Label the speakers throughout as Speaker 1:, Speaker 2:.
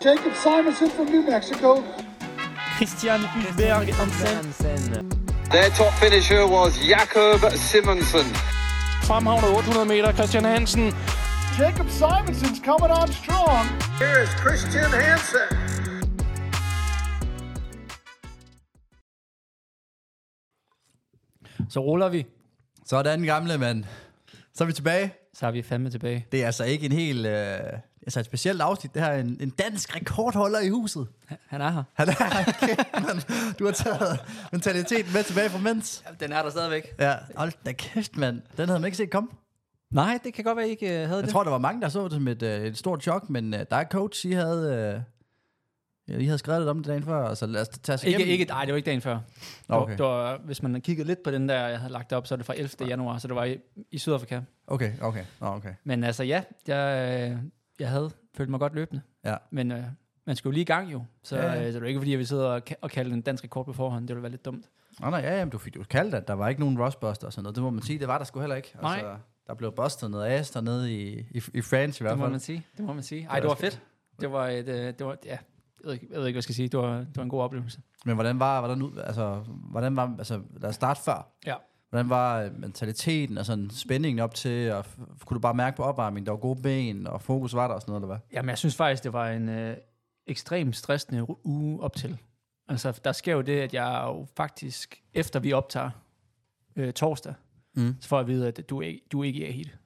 Speaker 1: Jacob Simonson from New Mexico.
Speaker 2: Christian Hulberg Hansen.
Speaker 3: Their top finisher was Jakob Simonsen.
Speaker 2: Fremhavnet 800 meter, Christian Hansen.
Speaker 1: Jacob Simonson's coming on strong.
Speaker 3: Here is Christian Hansen.
Speaker 4: Så ruller vi.
Speaker 5: Sådan, gamle mand. Så er vi tilbage.
Speaker 4: Så er vi fandme tilbage.
Speaker 5: Det er altså ikke en helt... Øh, altså et specielt afsnit. Det her er en, en dansk rekordholder i huset.
Speaker 4: Han er her.
Speaker 5: Han er kæft, mand. Du har taget mentaliteten med tilbage fra mens.
Speaker 4: Den er der stadigvæk.
Speaker 5: Ja, hold da kæft, mand. Den havde man ikke set komme.
Speaker 4: Nej, det kan godt være, I ikke øh, havde
Speaker 5: Jeg
Speaker 4: det.
Speaker 5: tror, der var mange, der så det som et, øh, et stort chok, men øh, der er coach, I havde... Øh, Ja, I havde skrevet lidt om det dagen før, så lad os tage os
Speaker 4: Ikke,
Speaker 5: igennem.
Speaker 4: ikke, nej, det var ikke dagen før.
Speaker 5: Nå, okay.
Speaker 4: Det var, hvis man kiggede lidt på den der, jeg havde lagt op, så er det fra 11. januar, så det var i, i Sydafrika.
Speaker 5: Okay, okay. Nå, okay.
Speaker 4: Men altså ja, jeg, øh, jeg havde følt mig godt løbende.
Speaker 5: Ja.
Speaker 4: Men øh, man skal jo lige i gang jo, så,
Speaker 5: Ja,
Speaker 4: ja,
Speaker 5: ja.
Speaker 4: ja. så det er ikke fordi, jeg vil sidde og, ka- og kalde en dansk rekord på forhånd. Det ville være lidt dumt.
Speaker 5: Nå, nej, ja, jamen, du fik jo kaldt, at der var ikke nogen rustbuster og sådan noget. Det må man sige, det var der sgu heller ikke. Altså,
Speaker 4: Nej.
Speaker 5: der blev bustet noget as dernede i, i, i France i hvert
Speaker 4: Det må
Speaker 5: fald.
Speaker 4: man sige. Det må man sige. Ej, det var fedt. Det var, et, øh, det var ja, jeg ved, ikke, jeg ved ikke, hvad jeg skal sige. Det var, det var en god oplevelse.
Speaker 5: Men hvordan var, hvordan, ud, altså, hvordan var, altså, lad os starte før.
Speaker 4: Ja.
Speaker 5: Hvordan var øh, mentaliteten og sådan spændingen op til, og f- kunne du bare mærke på opvarmningen, der var gode ben, og fokus var der og sådan noget, eller hvad?
Speaker 4: Jamen, jeg synes faktisk, det var en øh, ekstremt stressende ru- uge op til. Altså, der sker jo det, at jeg jo faktisk, efter vi optager øh, torsdag,
Speaker 5: Mm.
Speaker 4: mm. så får jeg at vide, at du er, ikke- du er ikke i A-hit.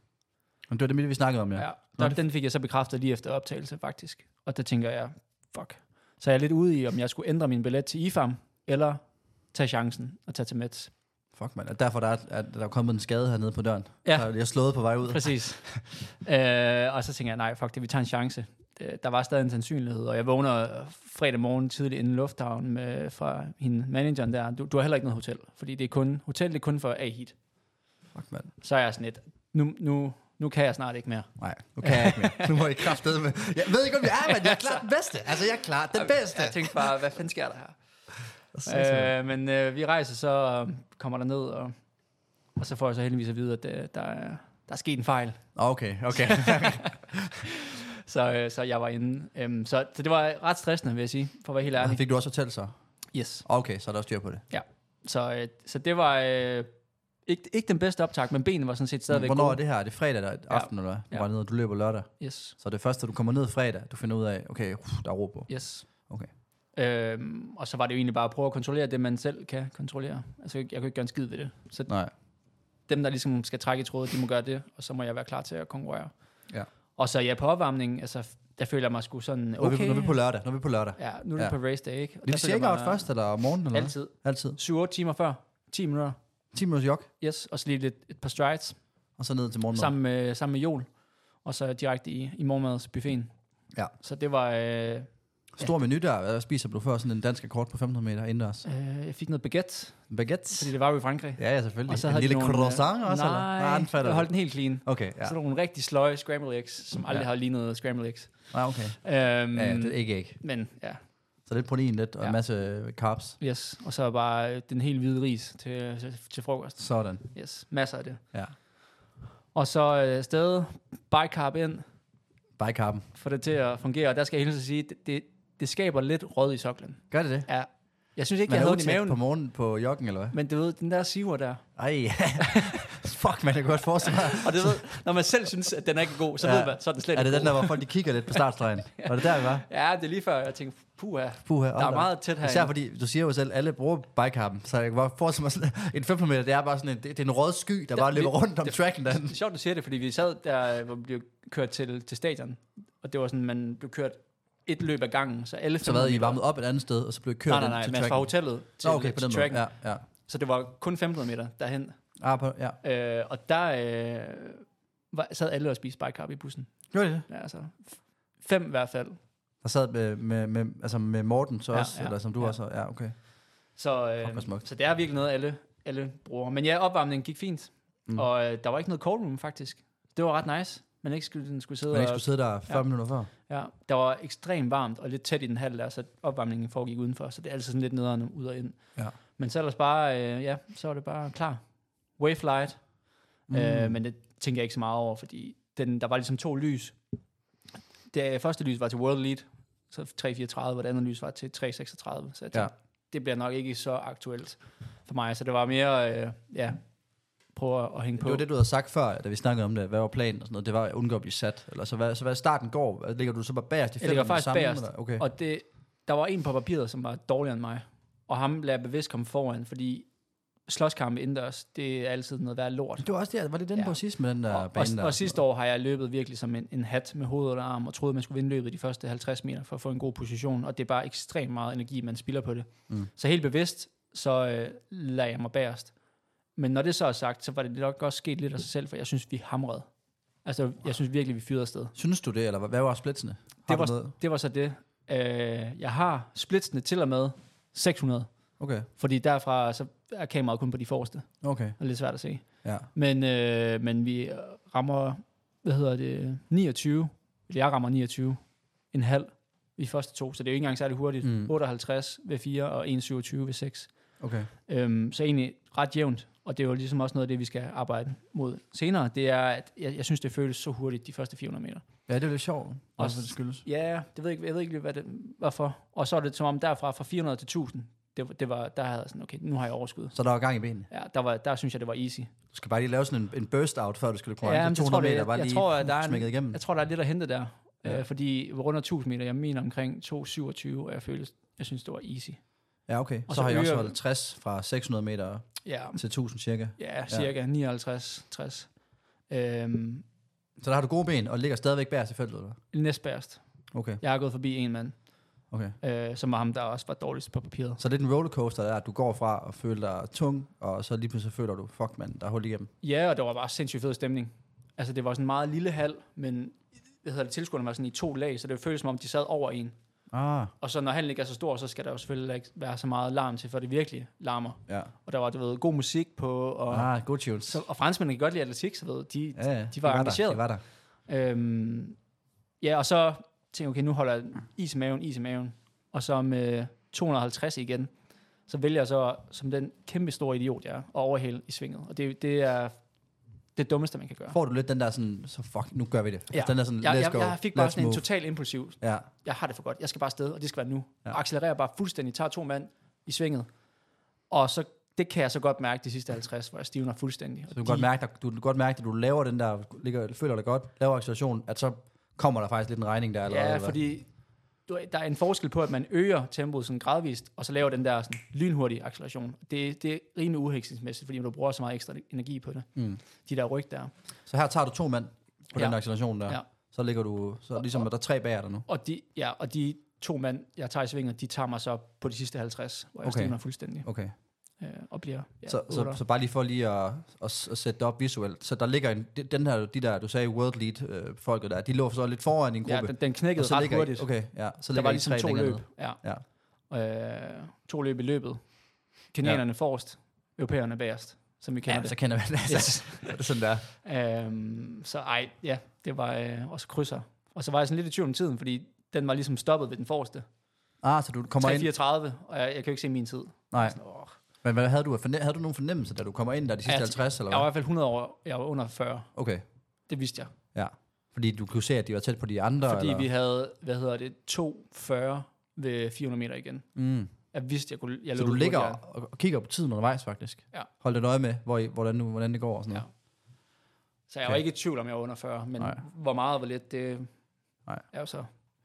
Speaker 5: Men det var det, midt, vi snakkede om, ja.
Speaker 4: Ja. Der, den fik jeg så bekræftet lige efter optagelse, faktisk. Og der tænker jeg, fuck. Så jeg er lidt ude i, om jeg skulle ændre min billet til IFAM, eller tage chancen og tage til Mets.
Speaker 5: Fuck, mand. Og derfor der er, at der er kommet en skade hernede på døren.
Speaker 4: Ja.
Speaker 5: Der er- Jeg er slået på vej ud.
Speaker 4: Præcis. øh, og så tænker jeg, nej, fuck det, vi tager en chance. Øh, Der var stadig en sandsynlighed, og jeg vågner fredag morgen tidligt inden lufthavnen med, fra hende manageren der. Du, du har heller ikke noget hotel, fordi det er kun, hotel det er kun for A-heat.
Speaker 5: Ah, Fuck, mand.
Speaker 4: Så er jeg sådan lidt, nu, nu, nu kan jeg snart ikke mere.
Speaker 5: Nej, nu kan jeg ikke mere. Nu må jeg kraftede med. Jeg ved ikke, om jeg er, men jeg er klart den bedste. Altså, jeg er klart den bedste.
Speaker 4: Jeg tænkte bare, hvad fanden sker der her? Øh, men øh, vi rejser så, og kommer derned, og, og så får jeg så heldigvis at vide, at øh, der, er, der er sket en fejl.
Speaker 5: Okay, okay.
Speaker 4: Så, øh, så jeg var inde. Øhm, så, så det var ret stressende, vil jeg sige, for at være helt ærlig.
Speaker 5: Fik du også hotel så?
Speaker 4: Yes.
Speaker 5: Okay, så er der styr på det.
Speaker 4: Ja, så, øh, så det var øh, ikke, ikke den bedste optag, men benene var sådan set stadigvæk
Speaker 5: Hvornår er
Speaker 4: gode.
Speaker 5: det her? Er det fredag der, aften, eller hvad? Du
Speaker 4: Ja.
Speaker 5: var nede, og du løber lørdag.
Speaker 4: Yes,
Speaker 5: Så det første, du kommer ned fredag, du finder ud af, okay, uff, der er ro på.
Speaker 4: yes.
Speaker 5: Okay.
Speaker 4: Øhm, og så var det jo egentlig bare at prøve at kontrollere det, man selv kan kontrollere. Altså, jeg kunne ikke gøre en skid ved det. Så
Speaker 5: Nej.
Speaker 4: dem, der ligesom skal trække i trådet, de må gøre det, og så må jeg være klar til at konkurrere.
Speaker 5: Ja.
Speaker 4: Og så ja, på opvarmningen, altså, der føler jeg mig sgu sådan,
Speaker 5: Når,
Speaker 4: okay.
Speaker 5: vi, når vi er på lørdag, når vi er på lørdag.
Speaker 4: ja, nu er det
Speaker 5: Ja.
Speaker 4: på race day, ikke? Og
Speaker 5: Det
Speaker 4: der føler
Speaker 5: er
Speaker 4: jeg
Speaker 5: cirka
Speaker 4: mig
Speaker 5: out først, eller om morgenen, eller hvad?
Speaker 4: Altid.
Speaker 5: Altid.
Speaker 4: 7-8 timer før. 10 minutter.
Speaker 5: 10 minutters jog,
Speaker 4: Yes, og så lige lidt, et par strides.
Speaker 5: og så ned til morgenmad.
Speaker 4: sammen med, sammen med Jol, og så direkte i, i morgenmadsbuffeten.
Speaker 5: Ja.
Speaker 4: Så det var, øh,
Speaker 5: Stor menu der. Hvad spiser du før? Sådan en dansk rekord på 500 meter indendørs.
Speaker 4: øh, jeg fik noget baguette,
Speaker 5: Baguette.
Speaker 4: fordi det var jo i Frankrig.
Speaker 5: Ja, ja, selvfølgelig.
Speaker 4: Og så
Speaker 5: en
Speaker 4: havde de
Speaker 5: lille
Speaker 4: nogle, øh,
Speaker 5: croissant også, eller?
Speaker 4: nej,
Speaker 5: Nej, den fatter
Speaker 4: jeg holdt
Speaker 5: du.
Speaker 4: den helt clean.
Speaker 5: Okay,
Speaker 4: Ja.
Speaker 5: ja.
Speaker 4: Så der var nogle rigtig sløje scrambled eggs, som aldrig
Speaker 5: Ja.
Speaker 4: har lignet scrambled eggs.
Speaker 5: Nej, okay.
Speaker 4: Øhm,
Speaker 5: Ja, ja, det er ikke æg.
Speaker 4: Men ja,
Speaker 5: Så lidt protein lidt, og en
Speaker 4: Ja.
Speaker 5: masse carbs.
Speaker 4: yes. Og så bare øh, den helt hvide ris til, til, til frokost.
Speaker 5: Sådan.
Speaker 4: Yes, masser af det.
Speaker 5: Ja.
Speaker 4: Og så øh, stadig bicarb ind,
Speaker 5: Bicarben.
Speaker 4: for det til at fungere. Og der skal jeg hilse at sige, det, det, det skaber lidt rød i soklen.
Speaker 5: Gør det det?
Speaker 4: Ja. Jeg synes ikke,
Speaker 5: Man
Speaker 4: jeg
Speaker 5: er
Speaker 4: havde den i
Speaker 5: utæt
Speaker 4: maven.
Speaker 5: på morgenen på joggen, eller hvad?
Speaker 4: Men du ved, den der siver der.
Speaker 5: Ej, fuck, man, jeg kan godt forestille mig.
Speaker 4: Og det ved, når man selv synes, at den er ikke er god, så ja. ved man, så er den slet
Speaker 5: Er
Speaker 4: ikke
Speaker 5: det den
Speaker 4: god.
Speaker 5: der, hvor folk de kigger lidt på startstregen? Var det der, vi var?
Speaker 4: Ja, det er lige før, jeg tænkte, puha,
Speaker 5: Puha,
Speaker 4: der er meget tæt her.
Speaker 5: Især fordi, du siger jo selv, alle bruger bicarben, så jeg kan bare forestille mig sådan, en 500 meter, det er bare sådan en, det, det er en rød sky, der bare
Speaker 4: vi-
Speaker 5: løber rundt om tracken derinde.
Speaker 4: Det er sjovt, du siger det, fordi vi sad der, øh, hvor vi blev kørt til, til stadion, og det var sådan, man blev kørt et løb ad gangen, så alle
Speaker 5: Så hvad, I varmet op et andet sted, og så blev I kørt
Speaker 4: Nej, nej,
Speaker 5: ind
Speaker 4: nej,
Speaker 5: til
Speaker 4: men fra
Speaker 5: tracken?
Speaker 4: hotellet til,
Speaker 5: Nå, okay, på
Speaker 4: til
Speaker 5: den
Speaker 4: tracken.
Speaker 5: måde. Ja, ja.
Speaker 4: Så det var kun 500 meter derhen.
Speaker 5: Ah, på, ja.
Speaker 4: Øh, og der øh, var, sad alle og spiste bicarb i bussen.
Speaker 5: Gjorde det?
Speaker 4: Ja, altså, f- fem i hvert fald.
Speaker 5: Der sad med, med, med, altså med Morten så
Speaker 4: Ja,
Speaker 5: også,
Speaker 4: ja,
Speaker 5: eller som du
Speaker 4: ja.
Speaker 5: også, ja, okay.
Speaker 4: Så,
Speaker 5: Fuck, hvor
Speaker 4: øh,
Speaker 5: smukt.
Speaker 4: så det er virkelig noget, alle, alle bruger. Men ja, opvarmningen gik fint.
Speaker 5: Mm.
Speaker 4: Mm. Og øh, der var ikke noget cold room, faktisk. Det var ret nice. Man ikke skulle, den skulle sidde
Speaker 5: Man ikke
Speaker 4: og...
Speaker 5: skulle sidde der 40
Speaker 4: Ja. Øh,
Speaker 5: minutter før.
Speaker 4: Ja, der var ekstremt varmt og lidt tæt i den halv der, så opvarmningen foregik udenfor. Så det er altid sådan lidt nederen ud og ind.
Speaker 5: Ja.
Speaker 4: Men så ellers bare, øh, ja, så var det bare klar. Wave light. Mm. Øh, men det tænker jeg ikke så meget over, fordi den, der var ligesom to lys. Det første lys var til World Lead, så 3.34, hvor det andet lys var til 3.36. Så jeg tænkte,
Speaker 5: Ja.
Speaker 4: ja. det bliver nok ikke så aktuelt for mig. Så det var mere, øh, ja, prøve at, at hænge på.
Speaker 5: Det var det, du havde sagt før, da vi snakkede om det. Hvad var planen og sådan noget? Det var at undgå at blive sat. Eller så hvad, så hvad starten går? Ligger du så bare bagerst i
Speaker 4: Jeg ligger
Speaker 5: feltet med
Speaker 4: faktisk
Speaker 5: det samme,
Speaker 4: bagerst,
Speaker 5: eller? Okay.
Speaker 4: og det, der var en på papiret, som var dårligere end mig. Og ham lader jeg bevidst komme foran, fordi slåskampe indendørs, det er altid noget værd lort.
Speaker 5: det var også der, var det den ja.
Speaker 4: Ja.
Speaker 5: på sidst med den der
Speaker 4: og,
Speaker 5: bane
Speaker 4: og,
Speaker 5: der?
Speaker 4: og sidste år har jeg løbet virkelig som en, en hat med hovedet under arm, og troede, man skulle vinde løbet de første 50 meter for at få en god position, og det er bare ekstremt meget energi, man spilder på det. Mm. Så helt bevidst, så øh, lader jeg mig bagerst. Men når det så er sagt, så var det nok også sket lidt af sig selv, for jeg synes, vi hamrede. Altså, jeg synes virkelig, vi fyrede afsted.
Speaker 5: Synes du det, eller hvad, hvad var splitsene? Har
Speaker 4: Det
Speaker 5: du
Speaker 4: var,
Speaker 5: noget?
Speaker 4: det var så det. Øh, jeg har splitsene til og med 600,
Speaker 5: Okay,
Speaker 4: fordi derfra så er kameraet kun på de forreste. Det
Speaker 5: okay,
Speaker 4: er lidt svært at se.
Speaker 5: ja.
Speaker 4: Men, øh, men vi rammer, hvad hedder det, 29. Eller jeg rammer 29. En halv i første to, så det er jo ikke engang særlig hurtigt.
Speaker 5: Mm.
Speaker 4: Mm. 58 ved 4 og 1,27 ved 6.
Speaker 5: Okay.
Speaker 4: Øhm, så egentlig ret jævnt, og det er jo ligesom også noget af det, vi skal arbejde mod senere. Det er, at jeg, jeg synes, det føles så hurtigt de første 400 meter.
Speaker 5: Ja, det er lidt sjovt. Også,
Speaker 4: Også-
Speaker 5: hvad det skyldes.
Speaker 4: Ja, det ved jeg, ikke- jeg ved ikke, lige, hvad det, hvorfor. Og så er det som om derfra fra 400 til 1000, det, var- det var, der havde jeg sådan, okay, nu har jeg overskud.
Speaker 5: Så der var gang i benene.
Speaker 4: Ja, der, var, der synes jeg, det var easy.
Speaker 5: Du skal bare lige lave sådan en, en burst out, før du skal løbe ja,
Speaker 4: men
Speaker 5: 200
Speaker 4: jeg tror, det-
Speaker 5: meter, bare
Speaker 4: jeg
Speaker 5: lige
Speaker 4: tror, at der er en-
Speaker 5: smækket igennem.
Speaker 4: Jeg tror, der er lidt at hente der.
Speaker 5: Ja.
Speaker 4: Mm. Ja. Øh, fordi rundt 1000 meter, jeg mener omkring 2,27, og jeg følte, jeg synes, det var easy.
Speaker 5: Ja, okay. Så,
Speaker 4: så
Speaker 5: har jeg også
Speaker 4: øger-
Speaker 5: holdt 60 fra 600 meter
Speaker 4: Ja,
Speaker 5: til 1000 cirka.
Speaker 4: ja cirka 59-60. Øhm,
Speaker 5: Så der har du gode ben, og ligger stadigvæk bagerst i feltet, eller?
Speaker 4: næstbærst.
Speaker 5: Okay,
Speaker 4: Jeg har gået forbi en mand,
Speaker 5: okay.
Speaker 4: øh, som var ham, der også var dårligst på papiret.
Speaker 5: Så det er den rollercoaster, der er, at du går fra at føle dig tung, og så lige pludselig føler du, fuck mand, der er hul igennem.
Speaker 4: Ja, og det var bare sindssygt fed stemning. Altså, det var sådan en meget lille hal, men hvad hedder det, tilskuerne var sådan i to lag, så det føltes som om, de sad over en.
Speaker 5: Ah,
Speaker 4: Og så når halen ikke er så stor, så skal der jo selvfølgelig ikke være så meget larm til, for det virkelig larmer.
Speaker 5: ja.
Speaker 4: Og der var, du ved, god musik på, og
Speaker 5: Ah, god tunes.
Speaker 4: Så, og franskmændene kan godt lide atletik, så ved de,
Speaker 5: ja, ja.
Speaker 4: de var engagerede.
Speaker 5: Der, de var der.
Speaker 4: Øhm, ja, og så tænkte jeg, okay, nu holder jeg is i maven, is i maven. Og så med 250 igen, så vælger jeg så, som den kæmpe store idiot, jeg er, at overhale i svinget. Og det, det er det dummeste, man kan gøre.
Speaker 5: Får du lidt den der sådan, så fuck, nu gør vi det.
Speaker 4: Ja.
Speaker 5: Altså, Den der sådan,
Speaker 4: jeg,
Speaker 5: let's
Speaker 4: jeg,
Speaker 5: go,
Speaker 4: jeg fik bare
Speaker 5: let's
Speaker 4: sådan en
Speaker 5: move.
Speaker 4: total impulsiv.
Speaker 5: Ja,
Speaker 4: Jeg har det for godt. Jeg skal bare afsted, og det skal være nu.
Speaker 5: Ja.
Speaker 4: Ja. Og accelererer bare fuldstændig, tager to mand i svinget. Og så, det kan jeg så godt mærke de sidste 50, hvor jeg stivner fuldstændig.
Speaker 5: så du kan godt mærke, at du, du kan godt mærke, at du laver den der, ligger, føler dig godt, laver acceleration, at så kommer der faktisk lidt en regning der. Eller
Speaker 4: Ja, fordi du, der er en forskel på, at man øger tempoet sådan gradvist, og så laver den der sådan, lynhurtige acceleration. Det, det er rimelig uheksningsmæssigt, fordi du bruger så meget ekstra energi på det. Mm. De der ryg der.
Speaker 5: Så her tager du to mand på ja.
Speaker 4: Ja.
Speaker 5: den der acceleration der. Ja.
Speaker 4: Ja.
Speaker 5: Så ligger du, så ligesom, at der er tre bager der nu.
Speaker 4: Og de, ja, og de to mand, jeg tager i svinget, de tager mig så på de sidste 50, hvor jeg
Speaker 5: Okay.
Speaker 4: okay. stivner fuldstændig
Speaker 5: Okay.
Speaker 4: øh, og bliver ja,
Speaker 5: Ja, så, så, så bare lige for lige at, at, at sætte det op visuelt. Så der ligger en, de- den her, de der, du sagde, world lead øh, folket der, de lå så lidt foran i en
Speaker 4: ja,
Speaker 5: gruppe.
Speaker 4: den, den knækkede
Speaker 5: og så
Speaker 4: ret
Speaker 5: ligger I-
Speaker 4: hurtigt.
Speaker 5: Okay, ja.
Speaker 4: der
Speaker 5: Så ligger
Speaker 4: var
Speaker 5: I
Speaker 4: ligesom
Speaker 5: tre
Speaker 4: to
Speaker 5: længere
Speaker 4: løb.
Speaker 5: nede.
Speaker 4: Ja.
Speaker 5: Ja.
Speaker 4: Øh, to løb i løbet. Kanaderne ja. forrest, europæerne bagerst, som vi kender
Speaker 5: Ja,
Speaker 4: det.
Speaker 5: så kender man det. Altså, yes. sådan der.
Speaker 4: Øhm, så ej, ja, det var øh, også krydser. Og så var jeg sådan lidt i tvivl om tiden, fordi den var ligesom stoppet ved den forreste.
Speaker 5: Ah, så du kommer ind.
Speaker 4: 3.34, og jeg, jeg kan jo ikke se min tid.
Speaker 5: Nej,
Speaker 4: Sådan, åh.
Speaker 5: men hvad havde du, af forne- havde du nogen fornemmelse, da du kommer ind der de sidste
Speaker 4: Ja,
Speaker 5: 50, eller
Speaker 4: Jeg var i
Speaker 5: hvad?
Speaker 4: hvert fald 100 år, jeg var under 40.
Speaker 5: Okay,
Speaker 4: Det vidste jeg.
Speaker 5: ja. Fordi du kunne se, at de var tæt på de andre,
Speaker 4: Fordi
Speaker 5: eller?
Speaker 4: vi havde, hvad hedder det, 2.40 ved 400 meter igen.
Speaker 5: Mm.
Speaker 4: Jeg vidste, jeg kunne... Jeg
Speaker 5: Så du
Speaker 4: løb
Speaker 5: ligger
Speaker 4: hurtigere.
Speaker 5: og, og kigger på tiden undervejs, faktisk.
Speaker 4: Ja.
Speaker 5: Hold lidt øje med, hvor, I- hvordan, nu, hvordan det går og sådan
Speaker 4: Ja.
Speaker 5: noget.
Speaker 4: Så jeg var ikke i tvivl om, jeg var under 40, men
Speaker 5: Nej.
Speaker 4: Nej. hvor meget var lidt, det
Speaker 5: Nej.
Speaker 4: er jo så...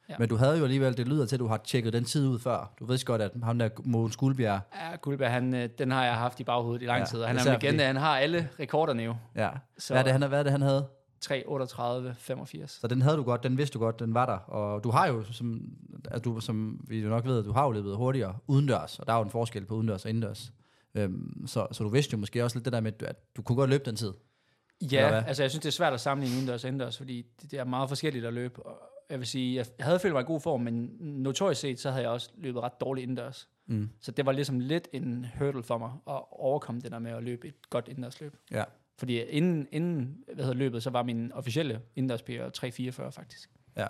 Speaker 4: Ja.
Speaker 5: Men du havde jo alligevel, det lyder til, at du har tjekket den tid ud før. Du ved godt, at ham der Mogens Guldbjerg,
Speaker 4: Ja, Guldberg, han, øh, den har jeg haft i baghovedet i lang
Speaker 5: Ja,
Speaker 4: ja, tid, og han er
Speaker 5: især
Speaker 4: en legende,
Speaker 5: fordi-
Speaker 4: han har alle rekorderne jo.
Speaker 5: ja.
Speaker 4: Så
Speaker 5: Hvad er, det, han, hvad er det, han havde?
Speaker 4: 3.38, 85.
Speaker 5: Så den havde du godt, den vidste du godt, den var der. Og du har jo, som, altså du, som vi jo nok ved, du har jo løbet hurtigere udendørs, og der er jo en forskel på udendørs og indendørs. Øhm, så, så du vidste jo måske også lidt det der med, at du kunne godt løbe den tid. Eller hvad?
Speaker 4: Ja, altså jeg synes, det er svært at sammenligne indendørs og indendørs, fordi det, det er meget forskelligt at løbe. Og jeg vil sige, jeg havde følt mig i god form, men notorisk set, så havde jeg også løbet ret dårligt indendørs.
Speaker 5: Mm.
Speaker 4: Så det var ligesom lidt en hurdle for mig at overkomme det der med at løbe et godt indendørsløb.
Speaker 5: Ja.
Speaker 4: Fordi inden, inden hvad hedder, løbet, så var min officielle indendørs PR 3.44 faktisk.
Speaker 5: Ja.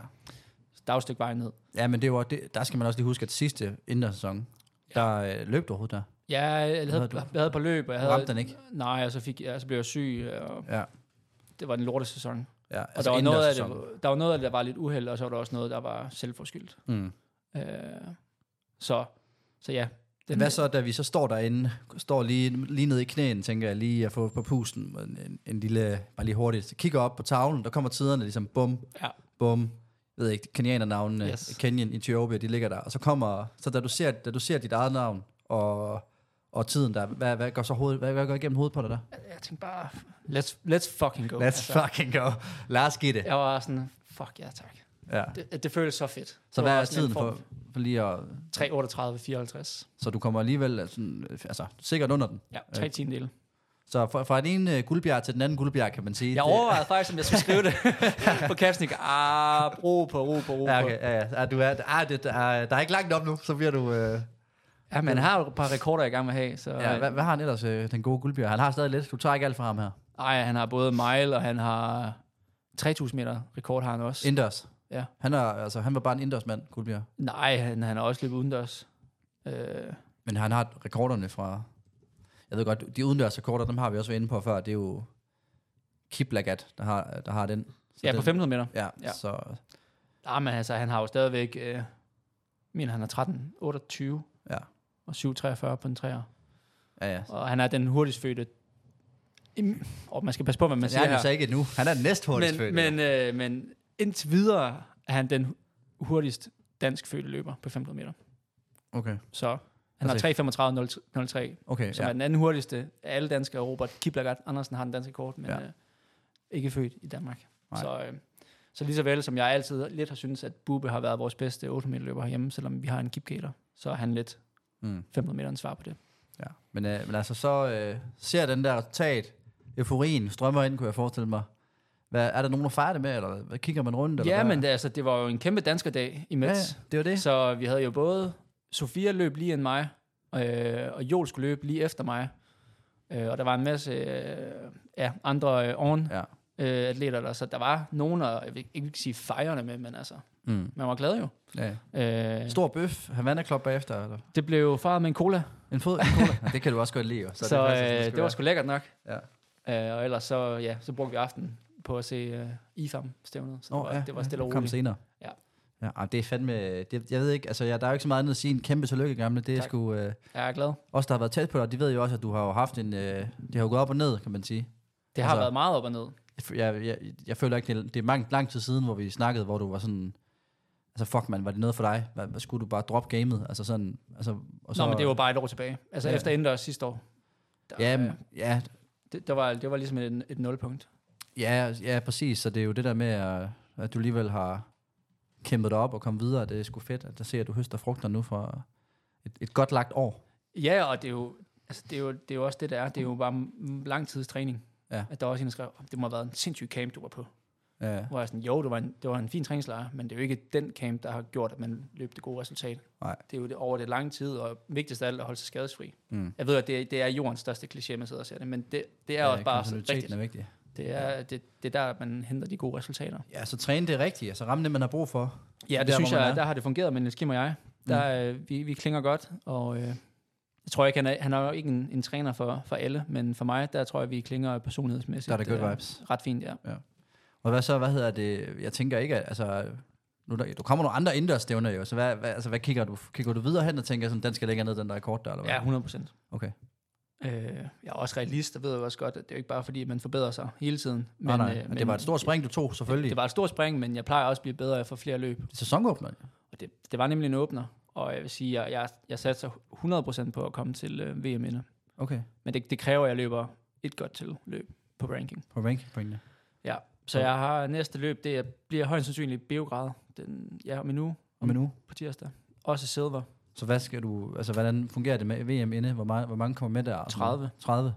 Speaker 4: Så der er jo et stykke vej ned.
Speaker 5: Ja, men det var, det, der skal man også lige huske, at sidste indendørssæson, der øh, løb du overhovedet der.
Speaker 4: Ja, jeg havde,
Speaker 5: havde du?
Speaker 4: jeg havde et par løb, og jeg
Speaker 5: Du
Speaker 4: havde...
Speaker 5: ramte den ikke.
Speaker 4: Nej, og så, fik, ja, så blev jeg syg, og
Speaker 5: Ja.
Speaker 4: det var en lortesæson.
Speaker 5: Ja,
Speaker 4: Og altså der, var noget af
Speaker 5: indendørssæson.
Speaker 4: det, der var noget af det, der var lidt uheld, og så var der også noget, der var selvforskyldt.
Speaker 5: Mm.
Speaker 4: Øh, så, så ja. Den,
Speaker 5: Hvad så, da vi så står derinde, står lige, lige nede i knæen, tænker jeg lige at få på pusten, en, en lille, bare lige hurtigt, så kigger op på tavlen, der kommer tiderne ligesom, bum,
Speaker 4: Ja.
Speaker 5: bum, jeg ved ikke, kenianernavnene,
Speaker 4: Yes.
Speaker 5: yes. Kenyan, Ethiopia, de ligger der, og så kommer, så da du ser, da du ser dit eget navn, og, og tiden der, hvad, hvad går så hovedet, hvad, hvad går igennem hovedet på dig der?
Speaker 4: Jeg tænkte bare, let's, let's fucking go. Altså,
Speaker 5: Let's fucking go. Lad os give det.
Speaker 4: Jeg var sådan, fuck ja tak.
Speaker 5: Ja.
Speaker 4: Det, det føltes så fedt.
Speaker 5: Så
Speaker 4: Det var
Speaker 5: hvad er
Speaker 4: sådan en
Speaker 5: tiden
Speaker 4: form
Speaker 5: for, for lige at,
Speaker 4: 3.38, 54.
Speaker 5: så du kommer alligevel sådan, altså, sikkert under den.
Speaker 4: Ja, tre tiendele.
Speaker 5: Så fra, fra den ene øh, guldbjerg til den anden guldbjerg, kan man sige.
Speaker 4: Jeg
Speaker 5: det-
Speaker 4: overvejede faktisk, om jeg skulle skrive det på kapsnik. Ah, ro på, ro på, ro
Speaker 5: Ja,
Speaker 4: på.
Speaker 5: okay, ja, ja. ja du er, ah, det, ah, der er ikke langt op nu, så bliver du... Øh,
Speaker 4: Ja, man har jo et par rekorder i gang med at have, så...
Speaker 5: ja, hvad, hvad, har han ellers, øh, den gode guldbjerg? Han har stadig lidt. Du tager ikke alt fra ham her.
Speaker 4: Ej, han har både mile, og han har 3.000 meter rekord har han også.
Speaker 5: Indendørs.
Speaker 4: Ja.
Speaker 5: Han, er, altså, han var bare en indendørsmand, guldbjerg.
Speaker 4: Nej, han, han har også løbet udendørs. Øh,
Speaker 5: Men han har rekorderne fra... Jeg ved godt, de udendørsrekorder, dem har vi også været inde på før. Det er jo Kiplagat, der har, der har den. Så
Speaker 4: ja,
Speaker 5: den,
Speaker 4: på 500 meter.
Speaker 5: Ja,
Speaker 4: Ja.
Speaker 5: ja, så
Speaker 4: Nej, men altså, han har jo stadigvæk... Øh, min, han har 13, 28
Speaker 5: ja.
Speaker 4: og 7,43 på en træer.
Speaker 5: Ja, ja.
Speaker 4: Og han er den hurtigst fødte... Im- Og man skal passe på, hvad man
Speaker 5: Det Altså, er
Speaker 4: siger
Speaker 5: han jo så
Speaker 4: her.
Speaker 5: ikke endnu. Han er den næst
Speaker 4: Men,
Speaker 5: hurtigst fødte.
Speaker 4: men, øh, men indtil videre er han den hu- hurtigst dansk fødte løber på 500 meter.
Speaker 5: Okay,
Speaker 4: Så han har
Speaker 5: Altså-
Speaker 4: 3.35.03
Speaker 5: okay.
Speaker 4: som ja. er
Speaker 5: Ja.
Speaker 4: den anden hurtigste af alle danskere. Robert Kiplagat Andersen har den danske kort, men ja.
Speaker 5: Ja.
Speaker 4: øh, ikke født i Danmark.
Speaker 5: Nej.
Speaker 4: Så, øh, så lige så vel som jeg altid lidt har syntes, at Bube har været vores bedste 800 meter løber herhjemme, selvom vi har en kipgater, så er han lidt
Speaker 5: Mm.
Speaker 4: 500 meter en svar på det.
Speaker 5: Ja. Men, øh, men altså, så øh, ser den der resultat, euforien strømmer ind, kunne jeg forestille mig. Hvad, er der nogen, der fejrer det med, eller hvad, kigger man rundt? Eller
Speaker 4: Ja,
Speaker 5: hvad?
Speaker 4: men det, altså, det var jo en kæmpe danskerdag i
Speaker 5: ja,
Speaker 4: Mets.
Speaker 5: det var
Speaker 4: Ja.
Speaker 5: det.
Speaker 4: Så vi havde jo både Sofia løb lige end mig, øh, og Joel skulle løbe lige efter mig. Øh, og der var en masse øh, ja, andre øh, on
Speaker 5: Ja.
Speaker 4: øh, atleter der, så der var nogen, og jeg vil ikke jeg vil ikke sige fejrende med, men altså,
Speaker 5: Mm.
Speaker 4: man var glad jo.
Speaker 5: ja.
Speaker 4: Øh,
Speaker 5: Stor bøf, Havana Club bagefter, eller?
Speaker 4: det blev faret med en cola,
Speaker 5: En fod, en cola. ja, det kan du også godt lide, jo.
Speaker 4: så,
Speaker 5: det,
Speaker 4: så
Speaker 5: er
Speaker 4: det,
Speaker 5: faktisk, sådan,
Speaker 4: øh, det var sgu lækkert nok.
Speaker 5: Ja.
Speaker 4: Øh, og ellers så, ja, så brugte vi aftenen på at se øh, IFAM-stævnet, så det,
Speaker 5: Nå,
Speaker 4: var,
Speaker 5: ja,
Speaker 4: det var stille og
Speaker 5: ja, Kom
Speaker 4: roligt.
Speaker 5: senere.
Speaker 4: Ja.
Speaker 5: Ja, ej, det er fandme... Det, jeg ved ikke, altså, ja, der er jo ikke så meget andet at sige en kæmpe tillykke, gamle. Det er
Speaker 4: Tak.
Speaker 5: sgu... Øh,
Speaker 4: Jeg er glad.
Speaker 5: os, der har været tæt på dig, de ved jo også, at du har jo haft en... Øh, det har jo gået op og ned, kan man sige.
Speaker 4: Det har altså,
Speaker 5: Altså-
Speaker 4: været meget op og ned.
Speaker 5: Jeg fø- jeg, jeg, jeg føler ikke, det er, det er lang, lang tid siden, hvor vi snakkede, hvor du var sådan, altså fuck man, var det noget for dig? Hvad, hvad skulle du bare droppe gamet? Altså sådan, altså, og
Speaker 4: Nå, men det var bare et år tilbage. Altså
Speaker 5: Ja.
Speaker 4: efter indendørs sidste år. Der,
Speaker 5: Ja, men-
Speaker 4: øh,
Speaker 5: ja,
Speaker 4: det, der var, det var ligesom et, et nulpunkt.
Speaker 5: ja, ja, præcis, så det er jo det der med, at, at du alligevel har kæmpet dig op og kommet videre, det er sgu fedt, at der ser, at du høster frugter nu fra et, et godt lagt år.
Speaker 4: Ja, og det er jo, altså, det er jo, det er jo også det, der er. Det er jo bare m- lang tids træning.
Speaker 5: Ja.
Speaker 4: At der var også en, der skrev, det må have været en sindssyg camp, du var på.
Speaker 5: Ja,
Speaker 4: Hvor jeg sådan, jo, det var, en, det var en fin træningslejr, men det er jo ikke den camp, der har gjort, at man løb det gode resultat.
Speaker 5: Nej.
Speaker 4: Det er jo det, over det lange tid, og vigtigst af alt at holde sig skadesfri.
Speaker 5: Mm.
Speaker 4: Jeg ved, at det, det er jordens største kliché, man sidder og ser det, men det, det er ja, også bare så rigtigt.
Speaker 5: er vigtig.
Speaker 4: Det er, det, det er der, man henter de gode resultater.
Speaker 5: Ja, så træne det rigtigt, altså ramme det, man har brug for.
Speaker 4: Ja, det
Speaker 5: der,
Speaker 4: der, synes
Speaker 5: hvor man
Speaker 4: jeg,
Speaker 5: er. Mm.
Speaker 4: der har det fungeret med Niels Kim og jeg. Der, øh, vi, vi klinger godt, og øh, jeg tror ikke, han er, han er jo ikke en, en træner for, for alle, men for mig, der tror jeg, vi klinger personlighedsmæssigt.
Speaker 5: Der er der good
Speaker 4: øh,
Speaker 5: vibes.
Speaker 4: Ret fint, ja.
Speaker 5: Og hvad så, hvad hedder det, jeg tænker ikke, at, altså, nu der, du kommer nogle andre indendørsstævner jo, så hvad, hvad, altså, hvad kigger du, kigger du videre hen og tænker sådan, den skal længere ned, den der rekord der, eller hvad?
Speaker 4: Ja, 100 procent.
Speaker 5: Okay.
Speaker 4: Øh, jeg er også realist, og ved jo også godt, at det er jo ikke bare fordi, at man forbedrer sig hele tiden. Men,
Speaker 5: Ah, nej, nej, men, det var et stort spring, du tog,
Speaker 4: Det,
Speaker 5: selvfølgelig.
Speaker 4: det var et stort spring, men jeg plejer også at blive bedre, jeg får flere løb.
Speaker 5: det er sæsonåbner. jo.
Speaker 4: Og det, det var nemlig en åbner, og jeg vil sige, at jeg, jeg, jeg satser 100 procent på at komme til øh, VM inde.
Speaker 5: Okay.
Speaker 4: Men det, det kræver, at jeg løber et godt til løb på ranking.
Speaker 5: På rankingpointene.
Speaker 4: Ja, så jeg har næste løb, det er, bliver højst sandsynligt Beograd, den, ja, om en uge
Speaker 5: Om en uge.
Speaker 4: på tirsdag. Også silver.
Speaker 5: Så hvad skal du, altså hvordan fungerer det med VM inde? Hvor, meget, hvor mange kommer med der? Og sådan
Speaker 4: 30.
Speaker 5: noget? 30.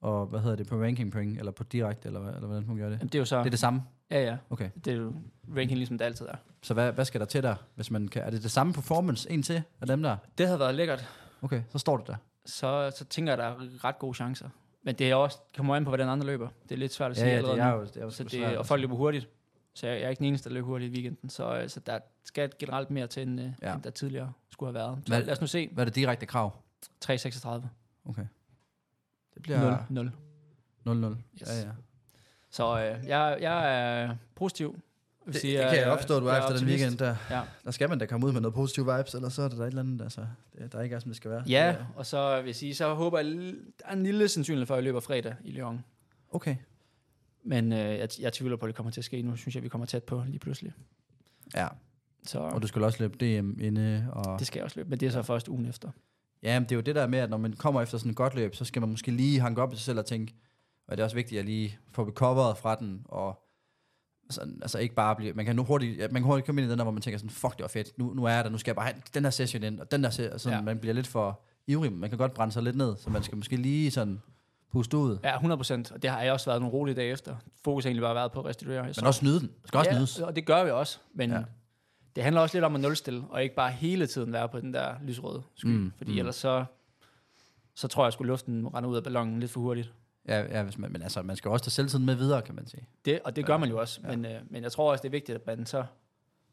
Speaker 5: Og hvad hedder det på rankingpoint, eller på direkte, eller, hvad- eller hvordan fungerer det?
Speaker 4: Jamen, det er jo så,
Speaker 5: Det er det samme.
Speaker 4: ja, ja,
Speaker 5: Okay.
Speaker 4: det er jo ranking ligesom det altid er.
Speaker 5: Så hvad, hvad skal der til der, hvis man kan? Er det det samme performance en til af dem der?
Speaker 4: Det havde været lækkert,
Speaker 5: Okay, så står det der.
Speaker 4: så, så tænker jeg, der er ret gode chancer. Men det er også, kommer an på, hvordan andre løber. Det er lidt svært at sige
Speaker 5: Ja, ja,
Speaker 4: allerede
Speaker 5: det er
Speaker 4: nu.
Speaker 5: jo, det er jo
Speaker 4: så
Speaker 5: sgu
Speaker 4: det,
Speaker 5: svært,
Speaker 4: og folk løber hurtigt. Så jeg, jeg er ikke den eneste, der løber hurtigt i weekenden. Så, øh, så der skal generelt mere til, end, ja.
Speaker 5: Ja.
Speaker 4: end der tidligere skulle have været. Så
Speaker 5: Hvad-
Speaker 4: lad os nu se.
Speaker 5: Hvad er det direkte krav?
Speaker 4: 3.36.
Speaker 5: Okay. Det
Speaker 4: Ja.
Speaker 5: bliver
Speaker 4: 0.
Speaker 5: 0-0.
Speaker 4: Yes.
Speaker 5: Ja, ja.
Speaker 4: Så øh, jeg, jeg er positiv vil
Speaker 5: Det,
Speaker 4: sige,
Speaker 5: det
Speaker 4: at
Speaker 5: kan jeg opstå, du er
Speaker 4: jeg
Speaker 5: efter den
Speaker 4: optimist.
Speaker 5: weekend. Der,
Speaker 4: Ja.
Speaker 5: der skal man da komme ud med noget positiv vibes, eller så er det der et eller andet, altså, det, der ikke er, som det skal være.
Speaker 4: Ja,
Speaker 5: Det er-
Speaker 4: og så vil jeg sige, så håber jeg, l- der er en lille sandsynlighed for, at jeg løber fredag i Lyon.
Speaker 5: Okay.
Speaker 4: Men øh, jeg, jeg tvivler på, at det kommer til at ske. Nu synes jeg, vi kommer tæt på lige pludselig.
Speaker 5: Ja, og
Speaker 4: Så
Speaker 5: du skal også løbe DM inde. Og...
Speaker 4: det skal jeg også løbe, men det er så først ugen efter.
Speaker 5: Ja, men det er jo det der med, at når man kommer efter sådan et godt løb, så skal man måske lige hanke op i sig selv og tænke, og det er også vigtigt at lige få recoveret fra den, og sådan, altså ikke bare blive, man kan nu hurtigt, ja, man kan hurtigt komme ind i den der, hvor man tænker sådan, fuck det var fedt, nu, nu er jeg der, nu skal jeg bare have den her session ind, og den der session, sådan,
Speaker 4: Ja.
Speaker 5: ja. man bliver lidt for ivrig, man kan godt brænde sig lidt ned, så man skal måske lige sådan puste ud,
Speaker 4: Ja, 100 procent. Og det har jeg også været nogle rolige dage efter. Fokus har egentlig bare været på at restituere. Jeg
Speaker 5: men også nyde den, det skal også nydes.
Speaker 4: ja, og det gør vi også. Men ja.
Speaker 5: Ja.
Speaker 4: det handler også lidt om at nulstille, og ikke bare hele tiden være på den der lysrøde sky. Mm,
Speaker 5: Mm,
Speaker 4: fordi mm.
Speaker 5: mm.
Speaker 4: ellers så, så tror jeg, at skulle luften rende ud af ballonen lidt for hurtigt.
Speaker 5: Ja, ja hvis man, men altså, man skal jo også tage selvtiden med videre, kan man sige.
Speaker 4: Det, og det gør man jo også. Ja. Men, øh, men jeg tror også, det er vigtigt, at man så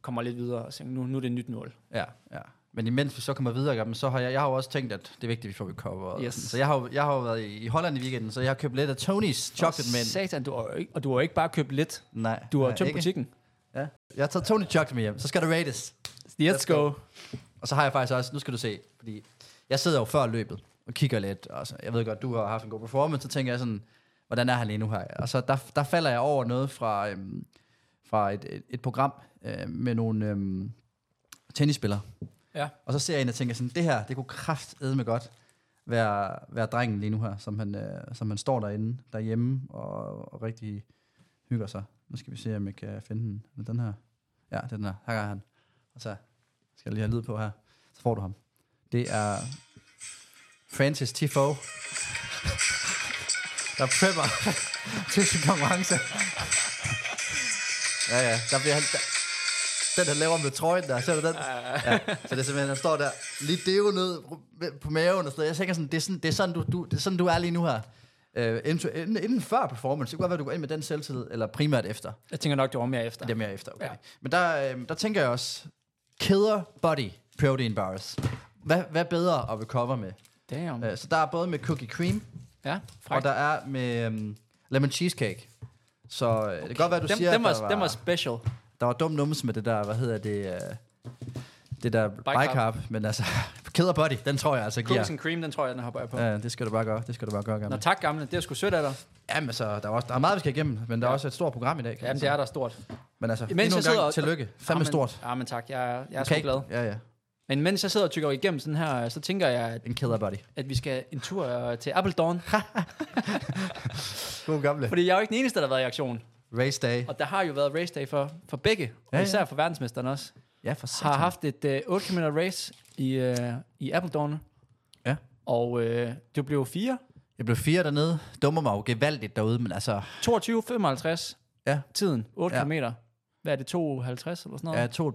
Speaker 4: kommer lidt videre og tænker, nu, nu er det et nyt mål.
Speaker 5: Ja, ja. Men imens vi så kommer videre, jamen, så har jeg, jeg har jo også tænkt, at det er vigtigt, at vi får recovered.
Speaker 4: Yes.
Speaker 5: Yes. Så jeg har, jo- jeg har jo været i, i Holland i weekenden, så jeg har købt lidt af Tonys Chocolate
Speaker 4: Og
Speaker 5: Mint.
Speaker 4: Satan, du har jo ikke, og du har jo ikke bare købt lidt.
Speaker 5: Nej,
Speaker 4: Du har
Speaker 5: nej,
Speaker 4: tømt
Speaker 5: ikke.
Speaker 4: butikken.
Speaker 5: Ja. Jeg har taget Tony Chocolate med hjem, så skal der rates.
Speaker 4: Let's go.
Speaker 5: Og så har jeg faktisk også, nu skal du se, fordi jeg sidder jo før løbet og kigger lidt, og så, jeg ved godt, du har haft en god performance, så tænker jeg sådan, hvordan er han lige nu her? Og så der, der falder jeg over noget fra, øhm, fra et, et, et program øh, med nogle øhm, tennisspillere.
Speaker 4: Ja.
Speaker 5: Og så ser jeg en og tænker sådan, det her, det kunne kraftedme godt være, være drengen lige nu her, som han, øh, som han står derinde, derhjemme og, og rigtig hygger sig. Nu skal vi se, om jeg kan finde den. Er det den her? Ja, det er den her. Her er han. Og så skal jeg lige have lyd på her. Så får du ham. Det er Francis Tifo, der prepper til sin konkurrence. Ja, ja. Der bliver han, der, den, der laver med trøjen der, ser du den? Ja. Så det er simpelthen, han står der, lige deo ned på maven og sådan noget. Jeg tænker sådan, det er sådan, det er sådan, du, du, det er, sådan du er lige nu her. Øh, inden, inden, inden før performance, det kunne godt være, at du går ind med den selvtillid, eller primært efter.
Speaker 4: Jeg tænker nok, det var mere efter.
Speaker 5: Det er mere efter, okay.
Speaker 4: Ja.
Speaker 5: Ja. Men der, øhm, der tænker jeg også, keder body protein bars. Hvad, hvad bedre at recover med?
Speaker 4: Damn.
Speaker 5: Øh, Så der er både med cookie cream,
Speaker 4: Ja,
Speaker 5: og
Speaker 4: frækt.
Speaker 5: der er med øhm, lemon cheesecake. Så okay. det kan godt være, du
Speaker 4: dem,
Speaker 5: siger,
Speaker 4: dem, var,
Speaker 5: at der var,
Speaker 4: dem var special.
Speaker 5: der var dum nummes med det der, hvad hedder det, øh, det der
Speaker 4: Bicarb.
Speaker 5: bicarb, men altså, keder body, den tror jeg altså giver.
Speaker 4: Cookies and cream, den tror jeg, den hopper jeg på. Ja.
Speaker 5: Ja, det skal du bare gøre, det skal du bare gøre,
Speaker 4: Nå
Speaker 5: gamle.
Speaker 4: tak, gamle. Det er sgu sødt af dig.
Speaker 5: Jamen så, der er, også, der er meget, vi skal igennem, men der er også et stort program i dag. kan man
Speaker 4: Jamen, det
Speaker 5: sige.
Speaker 4: er der stort.
Speaker 5: Men altså,
Speaker 4: Imens jeg
Speaker 5: endnu en
Speaker 4: sidder Ah,
Speaker 5: gang,
Speaker 4: og-
Speaker 5: tillykke. Fandme
Speaker 4: Jamen,
Speaker 5: stort.
Speaker 4: Jamen tak, jeg, er- jeg er
Speaker 5: Kan
Speaker 4: så
Speaker 5: ikke-
Speaker 4: glad.
Speaker 5: Ja, ja.
Speaker 4: Men mens jeg sidder og tykker igennem sådan her, så tænker jeg, at,
Speaker 5: En keder body.
Speaker 4: at vi skal en tur øh, til Appledorn.
Speaker 5: God gamle.
Speaker 4: Fordi jeg er jo ikke den eneste, der har været i aktion.
Speaker 5: Race Day.
Speaker 4: Og der har jo været race day for, for begge, ja,
Speaker 5: Ja,
Speaker 4: ja.
Speaker 5: ja.
Speaker 4: især for verdensmesteren også.
Speaker 5: Ja, for
Speaker 4: Har haft et øh, 8 km race i, øh, i Appledorn.
Speaker 5: Ja.
Speaker 4: Og øh, det blev 4.
Speaker 5: Jeg blev fire dernede. Dummer mig jo gevaldigt derude, men altså...
Speaker 4: 22.55
Speaker 5: Ja.
Speaker 4: tiden, 8 ja.
Speaker 5: Ja.
Speaker 4: km. Hvad er det, 2.50 eller sådan noget?
Speaker 5: Jeg er to,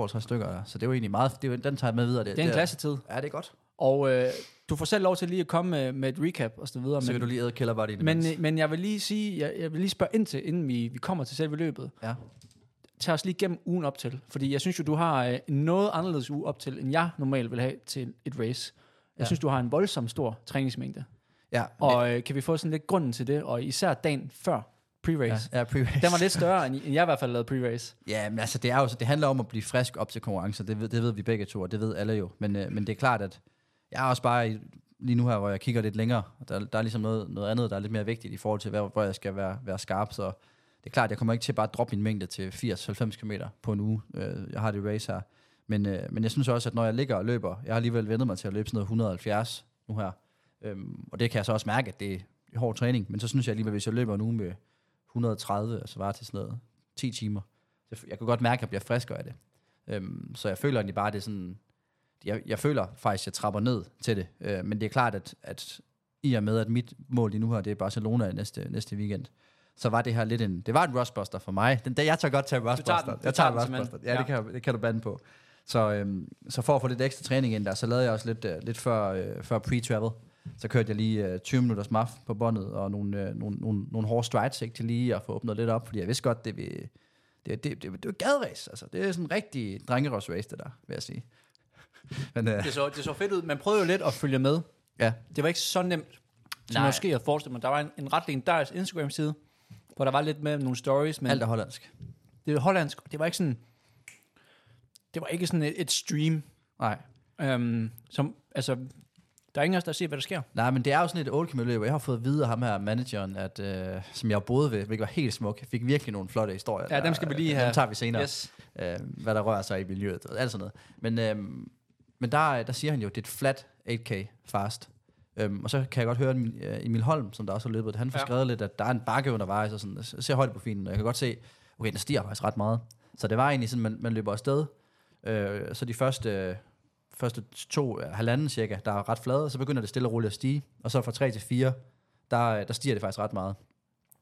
Speaker 5: øh, 51-52 stykker, ja. så det er jo egentlig meget... Det er, jo- den tager jeg med videre.
Speaker 4: det er en klassetid.
Speaker 5: Ja, det er godt.
Speaker 4: Og øh, du får selv lov til lige at komme med, med et recap og så videre.
Speaker 5: Så
Speaker 4: men-
Speaker 5: kan du lige æde kælder bare det.
Speaker 4: Men, øh, men jeg vil lige sige, jeg, jeg vil lige spørge ind til, inden vi, vi kommer til selve løbet.
Speaker 5: Ja.
Speaker 4: Tag os lige igennem ugen op til, fordi jeg synes jo, du har øh, en noget anderledes uge op til, end jeg normalt vil have til et race. Jeg ja.
Speaker 5: Ja.
Speaker 4: synes, du har en voldsom stor træningsmængde.
Speaker 5: Ja,
Speaker 4: Og øh, kan vi få sådan lidt grunden til det, og især dagen før
Speaker 5: ja,
Speaker 4: pre-race. Ja.
Speaker 5: ja, pre-race.
Speaker 4: Den var lidt større, end, end jeg i hvert fald lavede pre-race.
Speaker 5: Ja, men altså, det, er jo, så- det handler om at blive frisk op til konkurrencer. Det, ved- det ved vi begge to, og det ved alle jo. Men, øh, men det er klart, at jeg er også bare i, lige nu her, hvor jeg kigger lidt længere. og Der, der er ligesom noget, noget andet, der er lidt mere vigtigt i forhold til, hvor, hvor jeg skal være, være skarp. Så det er klart, jeg kommer ikke til bare at droppe min mængde til 80-90 km på en uge. Øh, jeg har det race her. Men, øh, men jeg synes også, at når jeg ligger og løber, jeg har alligevel vendet mig til at løbe sådan noget 170 nu her. Øhm, og det kan jeg så også mærke, at det er hård træning. Men så synes jeg alligevel, hvis jeg løber en uge med 130, altså var til sådan noget 10 timer, så jeg kan godt mærke, at jeg bliver friskere af det. Øhm, så jeg føler egentlig bare, at det er sådan... Jeg, jeg føler faktisk, at jeg trapper ned til det. Øh, men det er klart, at, at i og med, at mit mål lige nu her, det er Barcelona i næste, næste weekend, så var det her lidt en... Det var en rustbuster for mig. Den, der, jeg tør godt tage rustbuster.
Speaker 4: tager den. Du
Speaker 5: Jeg
Speaker 4: tager
Speaker 5: tager
Speaker 4: den simpelthen.
Speaker 5: rustbuster. Ja,
Speaker 4: Ja.
Speaker 5: Det, kan, det kan du bande på. Så, øhm, så for at få lidt ekstra træning ind der, så lavede jeg også lidt, øh, lidt før, øh, før pre-travel. Så kørte jeg lige øh, 20 minutters maf på båndet, og nogle, øh, nogle, nogle, nogle hårde strides, ikke, til lige at få åbnet lidt op, fordi jeg vidste godt, det vil, det, det, det, det er gaderæs, altså. Det er sådan en rigtig drengerøvsrace, det der, vil jeg sige. Men øh,
Speaker 4: Det så, det så fedt ud. Man prøvede jo lidt at følge med.
Speaker 5: ja,
Speaker 4: Det var ikke så nemt, som
Speaker 5: Nej.
Speaker 4: måske jeg forestillede mig. Der var en, en ret legendarisk Instagram-side, hvor der var lidt med nogle stories, men
Speaker 5: alt er hollandsk.
Speaker 4: Det er hollandsk, og det var ikke sådan, det var ikke sådan et, et stream,
Speaker 5: Nej.
Speaker 4: øhm, som, altså, der er ingen af os, der ser, hvad der sker.
Speaker 5: Nej, men det er jo sådan et old løb, og jeg har fået at vide af ham her, manageren, at, øh, som jeg boede ved, hvilket var helt smuk, fik virkelig nogle flotte historier.
Speaker 4: Ja, dem skal vi lige
Speaker 5: øh,
Speaker 4: have.
Speaker 5: Dem tager vi senere,
Speaker 4: Yes.
Speaker 5: øh, hvad der rører sig i miljøet, og alt sådan noget. Men, øh, men der, der siger han jo, at det er et flat 8K fast. Øhm, og så kan jeg godt høre, at min- øh, Emil Holm, som der også har løbet, det, han får
Speaker 4: Ja.
Speaker 5: ja. skrevet lidt, at der er en bakke undervejs, og sådan, jeg ser højdeprofilen, og jeg kan godt se, okay, den stiger faktisk ret meget. Så det var egentlig sådan, man, man løber afsted, øh, så de første... Øh, første to, øh, halvanden cirka, der er ret flade, så begynder det stille og roligt at stige, og så fra 3 til 4, der, øh, der stiger det faktisk ret meget.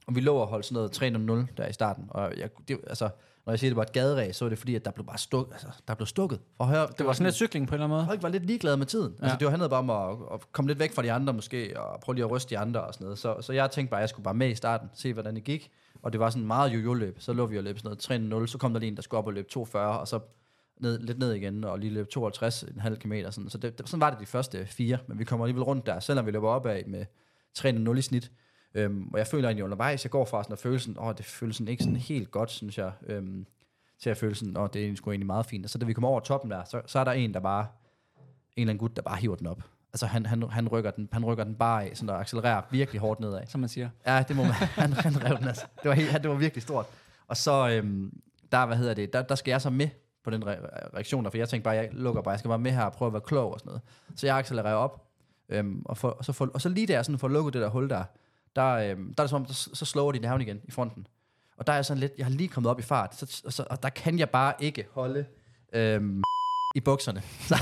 Speaker 5: Og vi lå og holdt sådan noget 3-0 der i starten, og jeg, det, altså, når jeg siger, det var et gaderæs, så var det fordi, at der blev bare stukket, altså, der blev stukket. Og højre,
Speaker 4: Det var sådan lidt cykling på en eller anden måde.
Speaker 5: Folk var lidt ligeglade med tiden. Ja. Altså,
Speaker 4: Ja.
Speaker 5: det var handlede bare om at, at, komme lidt væk fra de andre måske, og prøve lige at ryste de andre og sådan noget. Så, så jeg tænkte bare, at jeg skulle bare med i starten, se hvordan det gik. Og det var sådan meget jojo-løb. Så lå vi og løb sådan noget 3-0, så kom der lige en, der skulle op og løb 2-40, og så ned, lidt ned igen, og lige løb 52, en halv kilometer. Sådan. Så det, det, sådan var det de første fire, men vi kommer alligevel rundt der, selvom vi løber opad med 3-0 i snit. Øhm, og jeg føler egentlig undervejs, jeg går fra sådan at føle sådan, åh, det føles sådan ikke sådan helt godt, synes jeg, øhm, til at føle sådan, åh, det er sgu egentlig meget fint. Og så da vi kommer over toppen der, så, så er der en, der bare en eller anden gut, der bare hiver den op. Altså han, han, han, rykker, den, han rykker den bare af, sådan der accelererer virkelig hårdt nedad.
Speaker 4: Som man siger.
Speaker 5: Ja, det må man. Han, han rev den altså. Det var, helt, det var virkelig stort. Og så, øhm, der, hvad hedder det, der, der skal jeg så med på den re- reaktion der, for jeg tænkte bare, jeg lukker bare, jeg skal bare med her og prøve at være klog og sådan noget. Så jeg accelererer op, øhm, og, for, og, så for, og så lige der, sådan for at lukke det der hul der, der, øhm, der er det som om, der, s- så slår de nerven igen i fronten. Og der er jeg sådan lidt, jeg har lige kommet op i fart, så, og, så, og der kan jeg bare ikke holde øhm, i bukserne. Så,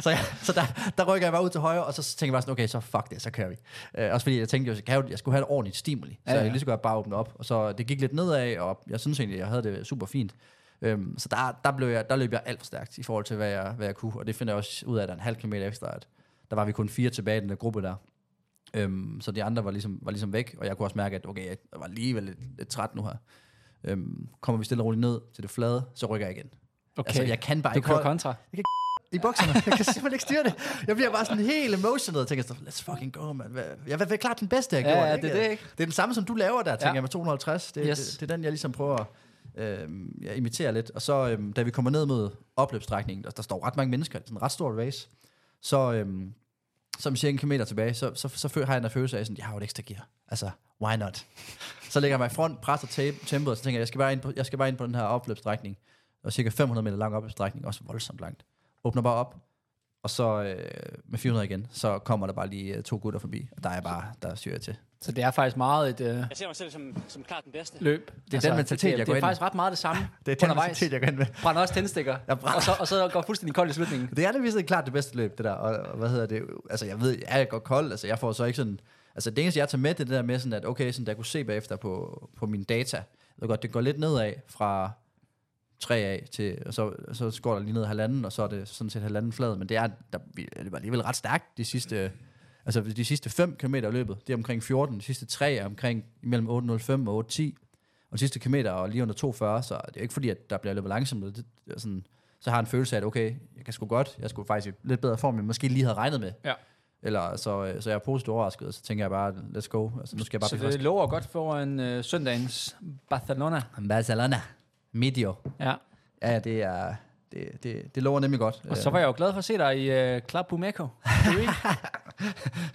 Speaker 5: så, jeg, så der, der rykker jeg bare ud til højre, og så tænker jeg bare sådan, okay, så fuck det, så kører vi. Øh, også fordi jeg tænkte, jo, så kan jeg, jo- jeg skulle have et ordentligt stimuli, så
Speaker 4: Ja,
Speaker 5: ja,
Speaker 4: ja.
Speaker 5: ja. jeg lige så godt bare åbne op. Og så det gik lidt nedad, og jeg synes egentlig, jeg havde det super fint. Øhm, så der, der, blev jeg, der løb jeg alt for stærkt i forhold til, hvad jeg, hvad jeg kunne. Og det finder jeg også ud af, at der er en halv kilometer efter, at der var vi kun fire tilbage i den der gruppe der. Øhm, så de andre var ligesom, var ligesom væk, og jeg kunne også mærke, at okay, jeg var alligevel lidt, lidt træt nu her. Øhm, kommer vi stille og roligt ned til det flade, så rykker jeg igen.
Speaker 4: Okay.
Speaker 5: Altså, jeg kan bare
Speaker 4: du
Speaker 5: ikke
Speaker 4: kører
Speaker 5: holde-
Speaker 4: kontra.
Speaker 5: i bukserne. Jeg kan simpelthen ikke styre det. Jeg bliver bare sådan helt emotional og tænker, så, let's fucking go, man. Hvad- Jeg er klart den bedste, jeg
Speaker 4: Ja,
Speaker 5: gjorde.
Speaker 4: ja, det er det, ikke?
Speaker 5: det er den samme, som du laver der, tænker
Speaker 4: Ja.
Speaker 5: ja. jeg med 250. Det,
Speaker 4: Yes.
Speaker 5: yes. det, det er den, jeg ligesom prøver at øh, jeg imiterer lidt. Og så, øhm, da vi kommer ned mod opløbsstrækningen, der, der står ret mange mennesker, det er sådan en ret stor race, så, øhm, som cirka en kilometer tilbage, så, så, så, fø- har jeg en følelse af, sådan, jeg har jo et ekstra gear. Altså, why not? Så lægger jeg mig i front, presser te- tempoet, og så tænker jeg, jeg skal bare ind på, jeg skal bare ind på den her opløbsstrækning. Og cirka 500 meter lang opløbsstrækning, også voldsomt langt. Åbner bare op, og så øh, med 400 igen, så kommer der bare lige øh, to gutter forbi, og der er jeg bare, der syr jeg til.
Speaker 4: Så det er faktisk meget et øh,
Speaker 6: Jeg ser mig selv som, som klart den bedste.
Speaker 4: løb. Altså, Det er
Speaker 5: den mentalitet, jeg
Speaker 4: det, det
Speaker 5: går
Speaker 4: er
Speaker 5: ind med.
Speaker 4: faktisk ret meget det samme undervejs.
Speaker 5: går ind med.
Speaker 4: Brænder også tændstikker.
Speaker 5: Jeg brænder-
Speaker 4: Og så, og så går fuldstændig kold i slutningen.
Speaker 5: Det er nemlig klart det bedste løb, det der. Og, og hvad hedder det? Altså, jeg ved, jeg er godt kold. Altså, jeg får så ikke sådan... Altså, det eneste, jeg tager med, det er det der med sådan, at okay, sådan, der jeg kunne se bagefter på, på mine data. Jeg ved godt, det går lidt nedad fra 3 af til, og så, så skår der lige ned halvanden, og så er det sådan set halvanden flad, men det er, der, vi- det var alligevel ret stærkt de sidste, altså de sidste 5 km af løbet, det er omkring 14, de sidste 3 er omkring mellem 8.05 og 8.10, og de sidste kilometer er lige under 2.40, så det er ikke fordi, at der bliver løbet langsomt, det, det er sådan, så har jeg en følelse af, at okay, jeg kan sgu godt, jeg skulle faktisk i lidt bedre form, end jeg måske lige havde regnet med,
Speaker 4: Ja.
Speaker 5: eller så, så jeg er positivt overrasket, og så tænker jeg bare, let's go, altså nu skal jeg bare
Speaker 4: Så
Speaker 5: blive
Speaker 4: det lover godt for en øh, søndagens Barcelona.
Speaker 5: først. Barcelona, Medio.
Speaker 4: Ja.
Speaker 5: Ja, ja, det er, det, det, det lover nemlig godt. Øh,
Speaker 4: Og så var jeg jo glad for at se dig i øh, Club Bumeco.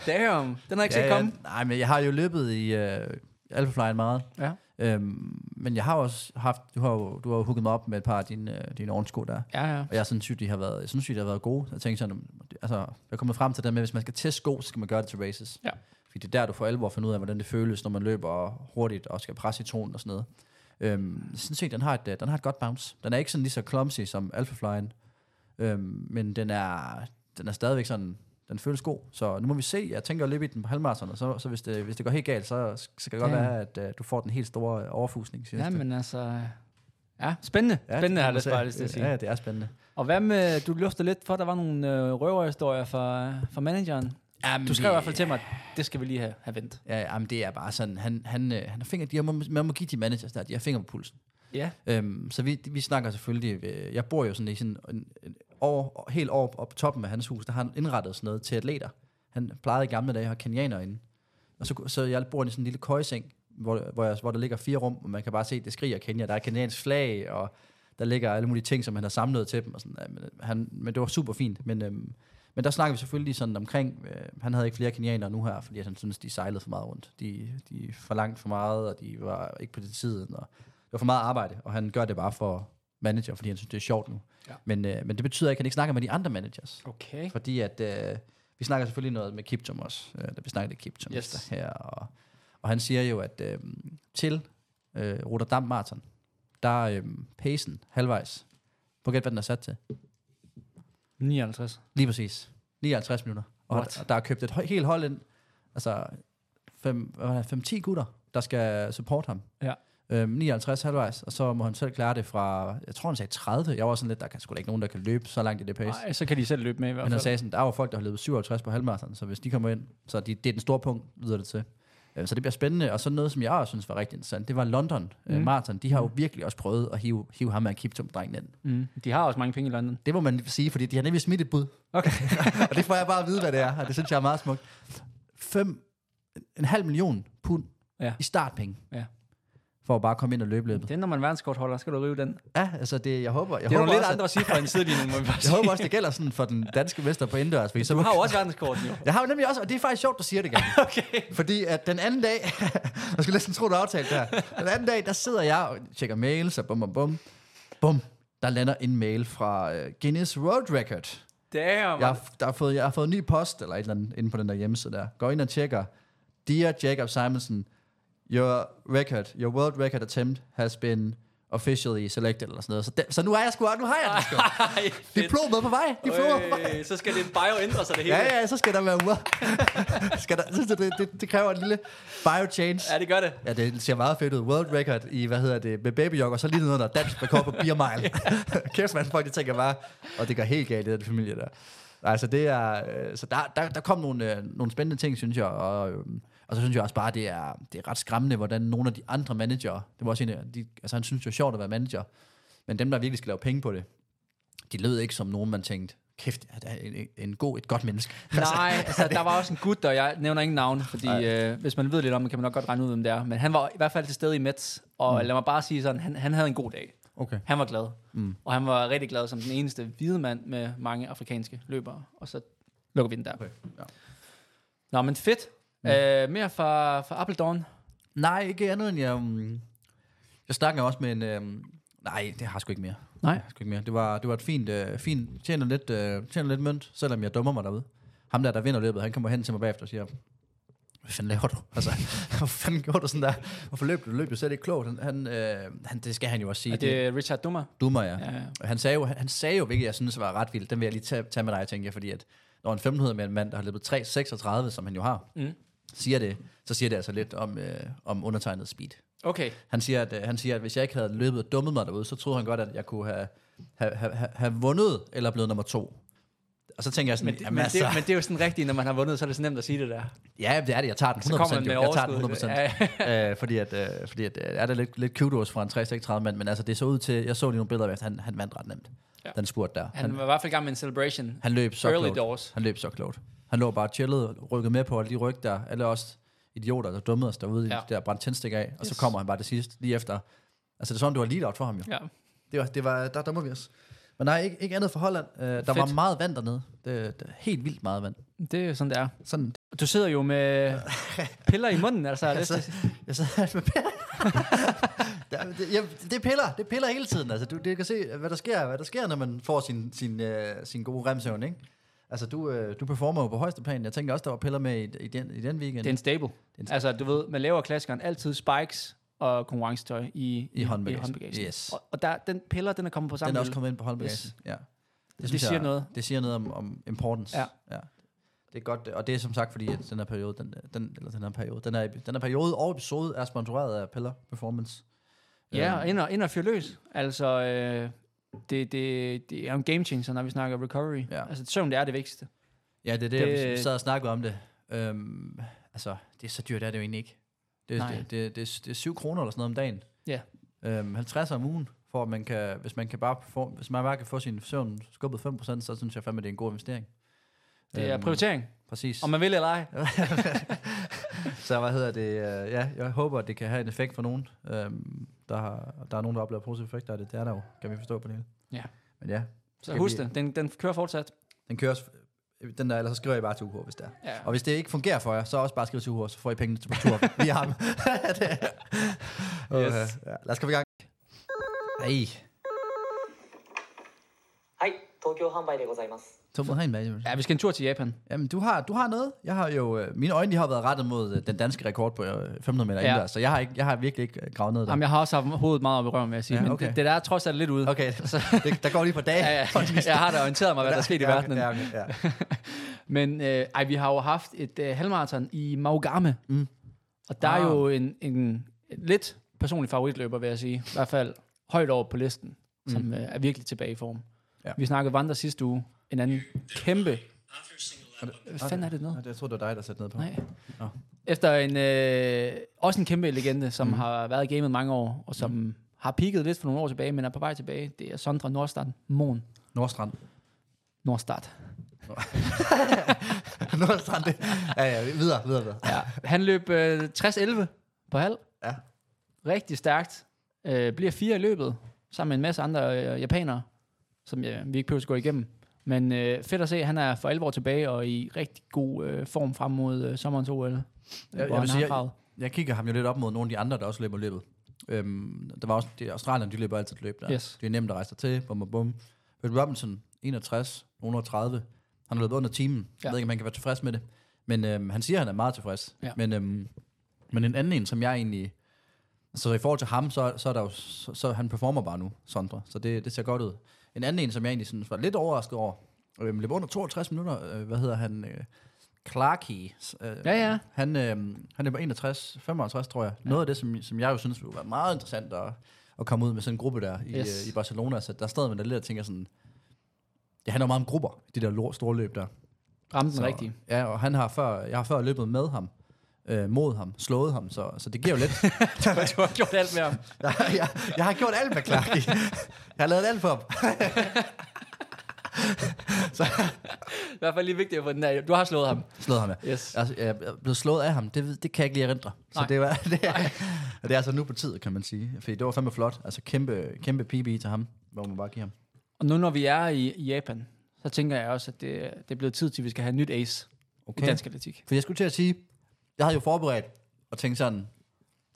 Speaker 4: Damn, den har jeg ikke set komme.
Speaker 5: Ja, nej, men jeg har jo løbet i øh, Alphaflyen meget.
Speaker 4: Ja.
Speaker 5: Øhm, men jeg har også haft, du har jo, du har jo hooket mig op med et par af dine, øh, dine ovensko der.
Speaker 4: Ja, ja.
Speaker 5: Og jeg synes sygt, de har været, jeg synes sygt, de har været gode. Jeg tænkte sådan, altså, jeg er kommet frem til det der med, at hvis man skal teste sko, så skal man gøre det til races.
Speaker 4: Ja.
Speaker 5: Fordi det er der, du for alvor finder ud af, hvordan det føles, når man løber hurtigt og skal presse i tonen og sådan noget. Øhm, jeg synes ikke, den har, et, øh, den har et godt bounce. Den er ikke sådan lige så clumsy som Alphaflyen, øhm, men den er, den er stadigvæk sådan, den føles god. Så nu må vi se. Jeg tænker at løbe i den på halvmarathon, og så, så hvis, det, hvis det går helt galt, så, så kan det godt
Speaker 4: Ja.
Speaker 5: være, at øh, du får den helt store øh, overfusning. synes
Speaker 4: Ja,
Speaker 5: jeg.
Speaker 4: men altså... Ja, spændende.
Speaker 5: Ja,
Speaker 4: Ja, spændende
Speaker 5: det
Speaker 4: har
Speaker 5: må
Speaker 4: det
Speaker 5: se.
Speaker 4: bare lyst til at sige.
Speaker 5: Ja, det er spændende.
Speaker 4: Og hvad med, du lufter lidt for, der var nogle øh, røverhistorier fra, fra manageren.
Speaker 5: Jamen,
Speaker 4: Du skrev i hvert fald til mig, det skal vi lige have, have vendt.
Speaker 5: Ja, jamen, det er bare sådan, han, han, øh, han har fingre, de har, man må give de managers der, de har fingre på pulsen.
Speaker 4: Ja.
Speaker 5: Øhm, så vi, vi snakker selvfølgelig, øh, jeg bor jo sådan i sådan en, en over, helt over oppe på toppen af hans hus, der har han indrettet sådan noget til atleter. Han plejede i gamle dage at have kenianer inde. Og så, så jeg bor i sådan en lille køjeseng hvor, hvor, jeg, hvor der ligger fire rum, og man kan bare se, det skriger Kenya. Der er kenyansk flag, og der ligger alle mulige ting, som han har samlet til dem. Og sådan, ja, men, øh, han, men det var super fint. Men, øhm, men der snakker vi selvfølgelig sådan omkring, øh, han havde ikke flere kenianere nu her, fordi han synes de sejlede for meget rundt. De, de forlangte for meget, og de var ikke på det tiden, og det var for meget arbejde, og han gør det bare for manager, fordi han synes, det er sjovt nu. Ja. Men, øh, men det betyder ikke, at han ikke snakker med de andre managers.
Speaker 4: Okay.
Speaker 5: Fordi at, øh, vi snakker selvfølgelig noget med Kiptum også, øh, da vi snakkede Kiptum
Speaker 4: Yes.
Speaker 5: yes. her. Og, og han siger jo, at øh, til øh, Rotterdam Marathon, der er øh, pacen halvvejs. Prøv at gætte, hvad den er sat til.
Speaker 4: 59.
Speaker 5: Lige præcis. 59 minutter. Og,
Speaker 4: What?
Speaker 5: og der er købt et hø- helt hold ind. Altså 5-10 gutter, der skal supporte ham.
Speaker 4: Ja.
Speaker 5: Øhm, 59 halvvejs, og så må han selv klare det fra, jeg tror han sagde 30. Jeg var sådan lidt, der kan sgu da ikke nogen, der kan løbe så langt i det pace.
Speaker 4: Nej, så kan de selv løbe med i hvert
Speaker 5: Men han
Speaker 4: fald.
Speaker 5: sagde sådan, der er jo folk, der har løbet 57 på halvmarathon, så hvis de kommer ind, så de, det er den store punkt, lyder det til. Øh, Så det bliver spændende, og så noget, som jeg også synes var rigtig interessant, det var London mm. Marathon. De har jo virkelig også prøvet at hive, hive ham af Kiptum-drengen ind.
Speaker 4: Mm. De har også mange penge i London.
Speaker 5: Det må man sige, fordi de har nemlig smidt et bud.
Speaker 4: Okay.
Speaker 5: og det får jeg bare at vide, hvad det er, og det synes jeg er meget smukt. Fem, en halv million pund
Speaker 4: Ja.
Speaker 5: ja. i startpenge,
Speaker 4: Ja.
Speaker 5: for at bare komme ind og løbe løbet.
Speaker 4: Det er, når man er verdenskortholder, skal du rive den. Det
Speaker 5: Ja, altså det, jeg håber, jeg
Speaker 4: er
Speaker 5: håber
Speaker 4: nogle lidt
Speaker 5: også, at-
Speaker 4: andre cifre end sideligning, må vi bare
Speaker 5: jeg
Speaker 4: sige.
Speaker 5: håber også, det gælder sådan for den danske mester på indendørs. fordi Så
Speaker 4: Du har jo også verdenskorten, jo.
Speaker 5: Jeg har jo nemlig også, og det er faktisk sjovt, du siger det, Gaben.
Speaker 4: Okay.
Speaker 5: Fordi at den anden dag, jeg skulle næsten tro, du aftalte det her. Den anden dag, der sidder jeg og tjekker mails, og bum, bum, bum. Bum, der lander en mail fra øh, Guinness World Record.
Speaker 4: Damn.
Speaker 5: Jeg har, der har fået, jeg har fået en ny post, eller et eller andet, inde på den der hjemmeside der. Går ind og tjekker. Dear Jacob Simonsen, your record, your world record attempt has been officially selected, eller sådan noget. Så, det, så nu er jeg sgu, nu har jeg det sgu.
Speaker 4: Ej, fedt.
Speaker 5: Diplomet på vej, diplomet på vej.
Speaker 4: Øh, så skal din bio ændre sig det hele.
Speaker 5: Ja, ja, så skal der være world. skal der, så det, det, det kræver en lille bio-change.
Speaker 4: ja, det gør det.
Speaker 5: Ja, det ser meget fedt ud. World record i, hvad hedder det, med babyjog, og så lige noget, der er dansk rekord på beer mile. Kæft, man, folk de tænker bare, og det går helt galt, i den familie der. Nej, så det er, øh, så der, der, der kom nogle, øh, nogle spændende ting, synes jeg, og, øh, og så synes jeg også bare, det er, det er ret skræmmende, hvordan nogle af de andre manager, det var også en af de, altså han synes jo sjovt at være manager, men dem, der virkelig skal lave penge på det, de lød ikke som nogen, man tænkte, kæft, ja, det er en, en god, et godt menneske.
Speaker 4: Nej, altså, der var også en gut, og jeg nævner ingen navn, fordi øh, hvis man ved lidt om det, kan man nok godt regne ud, hvem det er. Men han var i hvert fald til stede i Mets, og mm. lad mig bare sige sådan, han, han havde en god dag.
Speaker 5: Okay.
Speaker 4: Han var glad, mm. og han var rigtig glad som den eneste hvide mand med mange afrikanske løbere. Og så lukker vi den der. Okay.
Speaker 5: ja.
Speaker 4: Nå, men fedt. Mm. Øh, mere fra, fra Appledorn.
Speaker 5: Nej, ikke andet end jeg... Um, jeg snakker også med en... Um, nej, det har jeg sgu ikke mere.
Speaker 4: Nej.
Speaker 5: Jeg har sgu ikke mere. Det var, det var et fint... Uh, fint tjener, lidt, uh, tjener lidt mønt, selvom jeg dummer mig derude. Ham der, der vinder løbet, han kommer hen til mig bagefter og siger, hvad fanden laver du? Altså, hvor fanden gjorde du sådan der? Hvorfor løb du? Du løb jo slet ikke klogt. Han, han, øh, han, det skal han jo også sige.
Speaker 4: Er det Richard Dummer?
Speaker 5: dummer jeg.
Speaker 4: Ja, ja.
Speaker 5: Ja. Han, sagde jo, han sagde jo, hvilket jeg synes var ret vildt. Den vil jeg lige tage, tage med dig, tænker jeg, fordi at når en 1500 med en mand, der har løbet 3.36, som han jo har, mm. siger det, så siger det altså lidt om, øh, om undertegnet speed.
Speaker 4: Okay.
Speaker 5: Han siger, at, øh, han siger, at hvis jeg ikke havde løbet og dummet mig derude, så troede han godt, at jeg kunne have, have, have, have- have vundet eller blevet nummer to. Og så tænker jeg sådan,
Speaker 4: Men, det,
Speaker 5: jamen
Speaker 4: men, det,
Speaker 5: altså,
Speaker 4: men det er jo sådan rigtigt, når man har vundet, så er det så nemt at sige det der.
Speaker 5: Ja, det er det. Jeg tager den 100%.
Speaker 4: Så kommer den med
Speaker 5: jo. jeg tager den
Speaker 4: overskud.
Speaker 5: 100%. øh, fordi at, øh, fordi at, øh, er der lidt, lidt kudos fra en 336 mand, men altså det så ud til, jeg så lige nogle billeder af, at han, han vandt ret nemt.
Speaker 4: Ja.
Speaker 5: Ja. Den spurt der.
Speaker 4: Han var i hvert fald i gang med en celebration.
Speaker 5: Han løb så
Speaker 4: Early
Speaker 5: klogt.
Speaker 4: doors.
Speaker 5: Han løb så klogt. Han lå bare og chillede, rykkede med på alle de ryg der. Alle os idioter, der dummede os derude,
Speaker 4: Ja.
Speaker 5: ja. der brændte tændstik af. Og yes. så kommer han bare det sidste, lige efter. Altså det er sådan, du var lead out for ham jo. Ja.
Speaker 4: Ja.
Speaker 5: Det var, det var, der dummer vi os. Men nej, ikke, ikke andet for Holland. Øh, der
Speaker 4: Fedt.
Speaker 5: var meget vand dernede. Det, det, helt vildt meget vand.
Speaker 4: Det er jo sådan, det er.
Speaker 5: Sådan,
Speaker 4: Du sidder jo med piller i munden, altså.
Speaker 5: jeg sad, jeg sad med piller. Der- det, jeg, det er piller. Det er piller hele tiden. Altså, du, det kan se, hvad der sker, hvad der sker når man får sin, sin, øh, sin gode remsøvn, ikke? Altså, du, øh, du performer jo på højeste plan. Jeg tænker også, der var piller med i, i, den, i den weekend.
Speaker 4: Det er en stable. Altså, du ved, man laver klassikeren altid spikes og konkurrencetøj i,
Speaker 5: I håndbagagen.
Speaker 4: I håndbagagen.
Speaker 5: Yes.
Speaker 4: Og, og der, den piller, den er kommet på samme
Speaker 5: den er også
Speaker 4: hylde.
Speaker 5: kommet ind på holdbagagen.
Speaker 4: Yes.
Speaker 5: Yes. Ja.
Speaker 4: Det
Speaker 5: synes
Speaker 4: siger noget.
Speaker 5: Det siger noget om, om importance.
Speaker 4: Ja.
Speaker 5: ja. Det er godt, og det er som sagt, fordi at den her periode, den, den, eller den her periode, den her, den her periode og episode er sponsoreret af Piller Performance.
Speaker 4: Ja,
Speaker 5: Øhm,
Speaker 4: og ind og, ind og fyr løs. Altså, øh, det, det, det er jo en game changer, når vi snakker recovery.
Speaker 5: Ja.
Speaker 4: Altså, søvn, det er det vigtigste.
Speaker 5: Ja, det er det,
Speaker 4: Det-
Speaker 5: det... vi sad og snakkede om det. Øhm, altså, det er så dyrt, er det jo egentlig ikke. Det,
Speaker 4: Nej.
Speaker 5: er- det, det, det, er- det er 7 kroner eller sådan noget om dagen.
Speaker 4: Ja.
Speaker 5: Øhm, 50 om ugen, for at man kan, hvis man kan bare få, hvis man bare kan få sin søvn skubbet 5%, så synes jeg fandme, det er en god investering.
Speaker 4: Det er
Speaker 5: Øhm,
Speaker 4: prioritering,
Speaker 5: Præcis.
Speaker 4: om man vil eller ej.
Speaker 5: Så hvad hedder det? øh, Ja, jeg håber, at det kan have en effekt for nogen. Øhm, der, har, der er nogen, der oplever positive effekter af det. Det er der jo, kan vi forstå på det hele.
Speaker 4: Ja.
Speaker 5: Men ja,
Speaker 4: Så
Speaker 5: Skal
Speaker 4: husk
Speaker 5: vi-
Speaker 4: det, den, den kører fortsat.
Speaker 5: den kører s- den der, eller så skriver I bare til UH, hvis det er.
Speaker 4: Ja.
Speaker 5: Og hvis det ikke fungerer for jer, så også bare skriv til UH, så får I pengene til tur. Vi har dem. Det- Okay. Ja, lad os komme i gang. Ej,
Speaker 7: はい、東京販売でございます。
Speaker 5: Tom Hein Management.
Speaker 4: Ja, vi skal en tur til Japan.
Speaker 5: Jamen, du har, du har noget. Jeg har jo, øh, mine øjne de har været rettet mod øh, den danske rekord på øh, 500 meter
Speaker 4: Ja.
Speaker 5: ja. indendørs, så jeg har, ikke, jeg har virkelig ikke øh, gravet ned der.
Speaker 4: Jamen, jeg har også haft hovedet meget op i røven, vil jeg sige.
Speaker 5: Ja,
Speaker 4: Ja, okay.
Speaker 5: okay.
Speaker 4: Men det, det der er trods alt lidt ude.
Speaker 5: Okay, det, der går lige på dage.
Speaker 4: Ja, ja, jeg har da orienteret mig, hvad der er sket i
Speaker 5: Ja,
Speaker 4: verden.
Speaker 5: Ja, okay, ja.
Speaker 4: Men øh, ej, vi har jo haft et øh, halvmarathon i Maugame. Mm. Og der ah. er
Speaker 5: Ah.
Speaker 4: jo en, en lidt personlig favoritløber, vil jeg sige. I hvert fald højt over på listen, som øh, er virkelig tilbage i form.
Speaker 5: Ja.
Speaker 4: Ja. Vi snakkede vandre sidste uge. En anden kæmpe... Hvad fanden er det noget?
Speaker 5: Nej, det- Jeg tror, det var dig, der satte ned på.
Speaker 4: Nej. Efter en, øh, også en kæmpe legende, som mm. har været i gamet mange år, og som mm. har peaked lidt for nogle år tilbage, men er på vej tilbage. Det er Sondre Nordstad Mon.
Speaker 5: Nordstrand.
Speaker 4: Nordstad.
Speaker 5: Nordstrand, det. Ja, ja, videre, videre, videre.
Speaker 4: Ja. Han løb øh, 60-11 på halv.
Speaker 5: Ja.
Speaker 4: Rigtig stærkt. Øh, bliver fire i løbet, sammen med en masse andre øh, japanere, som ja, vi ikke behøver at gå igennem. Men øh, fedt at se, han er for alvor tilbage og i rigtig god øh, form frem mod øh, sommerens OL. Jeg,
Speaker 5: jeg vil sige, jeg- Jeg kigger ham jo lidt op mod nogle af de andre, der også løber løbet. Øhm, der var også, de Australien, de løber altid et løb der.
Speaker 4: Yes.
Speaker 5: Det er nemt at rejse til, bum, bum, bum. Bill Robinson, 61, 130. Han har løbet under timen. Ja.
Speaker 4: Ja.
Speaker 5: Jeg ved ikke, om han kan være tilfreds med det. Men øhm, han siger, at han er meget tilfreds.
Speaker 4: Ja.
Speaker 5: Men, øhm, men en anden en, som jeg egentlig... Så i forhold til ham, så, så er der jo, så, så han performer bare nu, Sondre. Så det, det ser godt ud. En anden en, som jeg egentlig synes var lidt overrasket over, øhm, løb under 62 minutter, øh, hvad hedder han, øh, Clarky. Øh,
Speaker 4: Ja, ja.
Speaker 5: Han, øh, han løber 61, 55, tror jeg. Noget af det, som, som jeg jo synes ville være meget interessant at, at komme ud med sådan en gruppe der i,
Speaker 4: Yes.
Speaker 5: yes. øh, i Barcelona. Så der er stadig, man der lidt og tænker sådan, det handler meget om grupper, de der lor- store løb der.
Speaker 4: Ramte den
Speaker 5: Så-
Speaker 4: rigtigt.
Speaker 5: Ja, og han har før, jeg har før løbet med ham, øh, mod ham, slået ham, så, så det giver jo lidt.
Speaker 4: Du har gjort alt med ham.
Speaker 5: jeg, jeg, jeg har gjort alt med Clarky. Jeg har lavet alt for ham.
Speaker 4: I hvert fald lige vigtigt at få den der. Du har slået ham.
Speaker 5: Slået ham, ja.
Speaker 4: Yes.
Speaker 5: Altså, jeg er blevet slået af ham, det, ved- det kan jeg ikke lige erindre. Så
Speaker 4: Nej.
Speaker 5: det, var, det, er, og det er altså nu på tid, kan man sige. Fordi det var fandme flot. Altså kæmpe, kæmpe PB til ham, hvor man bare giver ham.
Speaker 4: Og nu når vi er i, i Japan, så tænker jeg også, at det, det er blevet tid til, at vi skal have et nyt ace okay. i dansk atletik.
Speaker 5: For jeg skulle til at sige, jeg havde jo forberedt og tænkt sådan,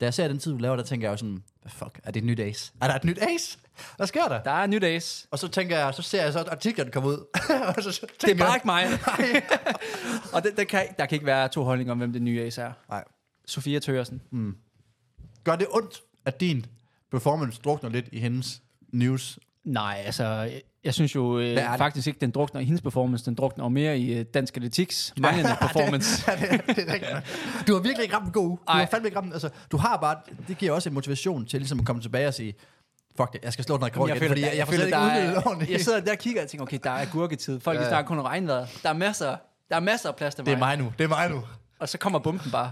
Speaker 5: da jeg ser den tid, du laver, der tænker jeg jo sådan, "Hvad fuck, er det et nyt ace? Er der et nyt ace? Hvad sker der?
Speaker 4: Der er et nyt ace.
Speaker 5: Og så tænker jeg, så ser jeg så, at artiklen kommer ud. og så tænker
Speaker 4: Det er bare
Speaker 5: jeg,
Speaker 4: ikke mig. og det, der, kan, der kan ikke være to holdninger om, hvem det nye ace er.
Speaker 5: Nej. Mm.
Speaker 4: Sofia Tørsen.
Speaker 5: Gør det ondt, at din performance drukner lidt i hendes news?
Speaker 4: Nej, altså, jeg, jeg synes jo øh,
Speaker 5: er det?
Speaker 4: faktisk ikke, den drukner i hendes performance. Den drukner jo mere i øh, dansk atletiks manglende performance.
Speaker 5: Ja, det, det er rigtigt. Du har virkelig ikke ramt en god uge. Du
Speaker 4: Ej.
Speaker 5: har fandme ikke ramt den. Altså, du har bare, det giver også en motivation til ligesom at komme tilbage og sige, fuck det, jeg skal slå den rekord igen, fordi jeg, jeg, jeg føler,
Speaker 4: der
Speaker 5: ikke udnyttet det
Speaker 4: er,
Speaker 5: ordentligt.
Speaker 4: jeg sidder der og kigger og tænker, okay, der er gurketid. Folk ja. snakker kun om regnvejr. Der er masser, der er masser af plads til mig.
Speaker 5: Det er mig nu, det er mig nu.
Speaker 4: Og så kommer bomben bare.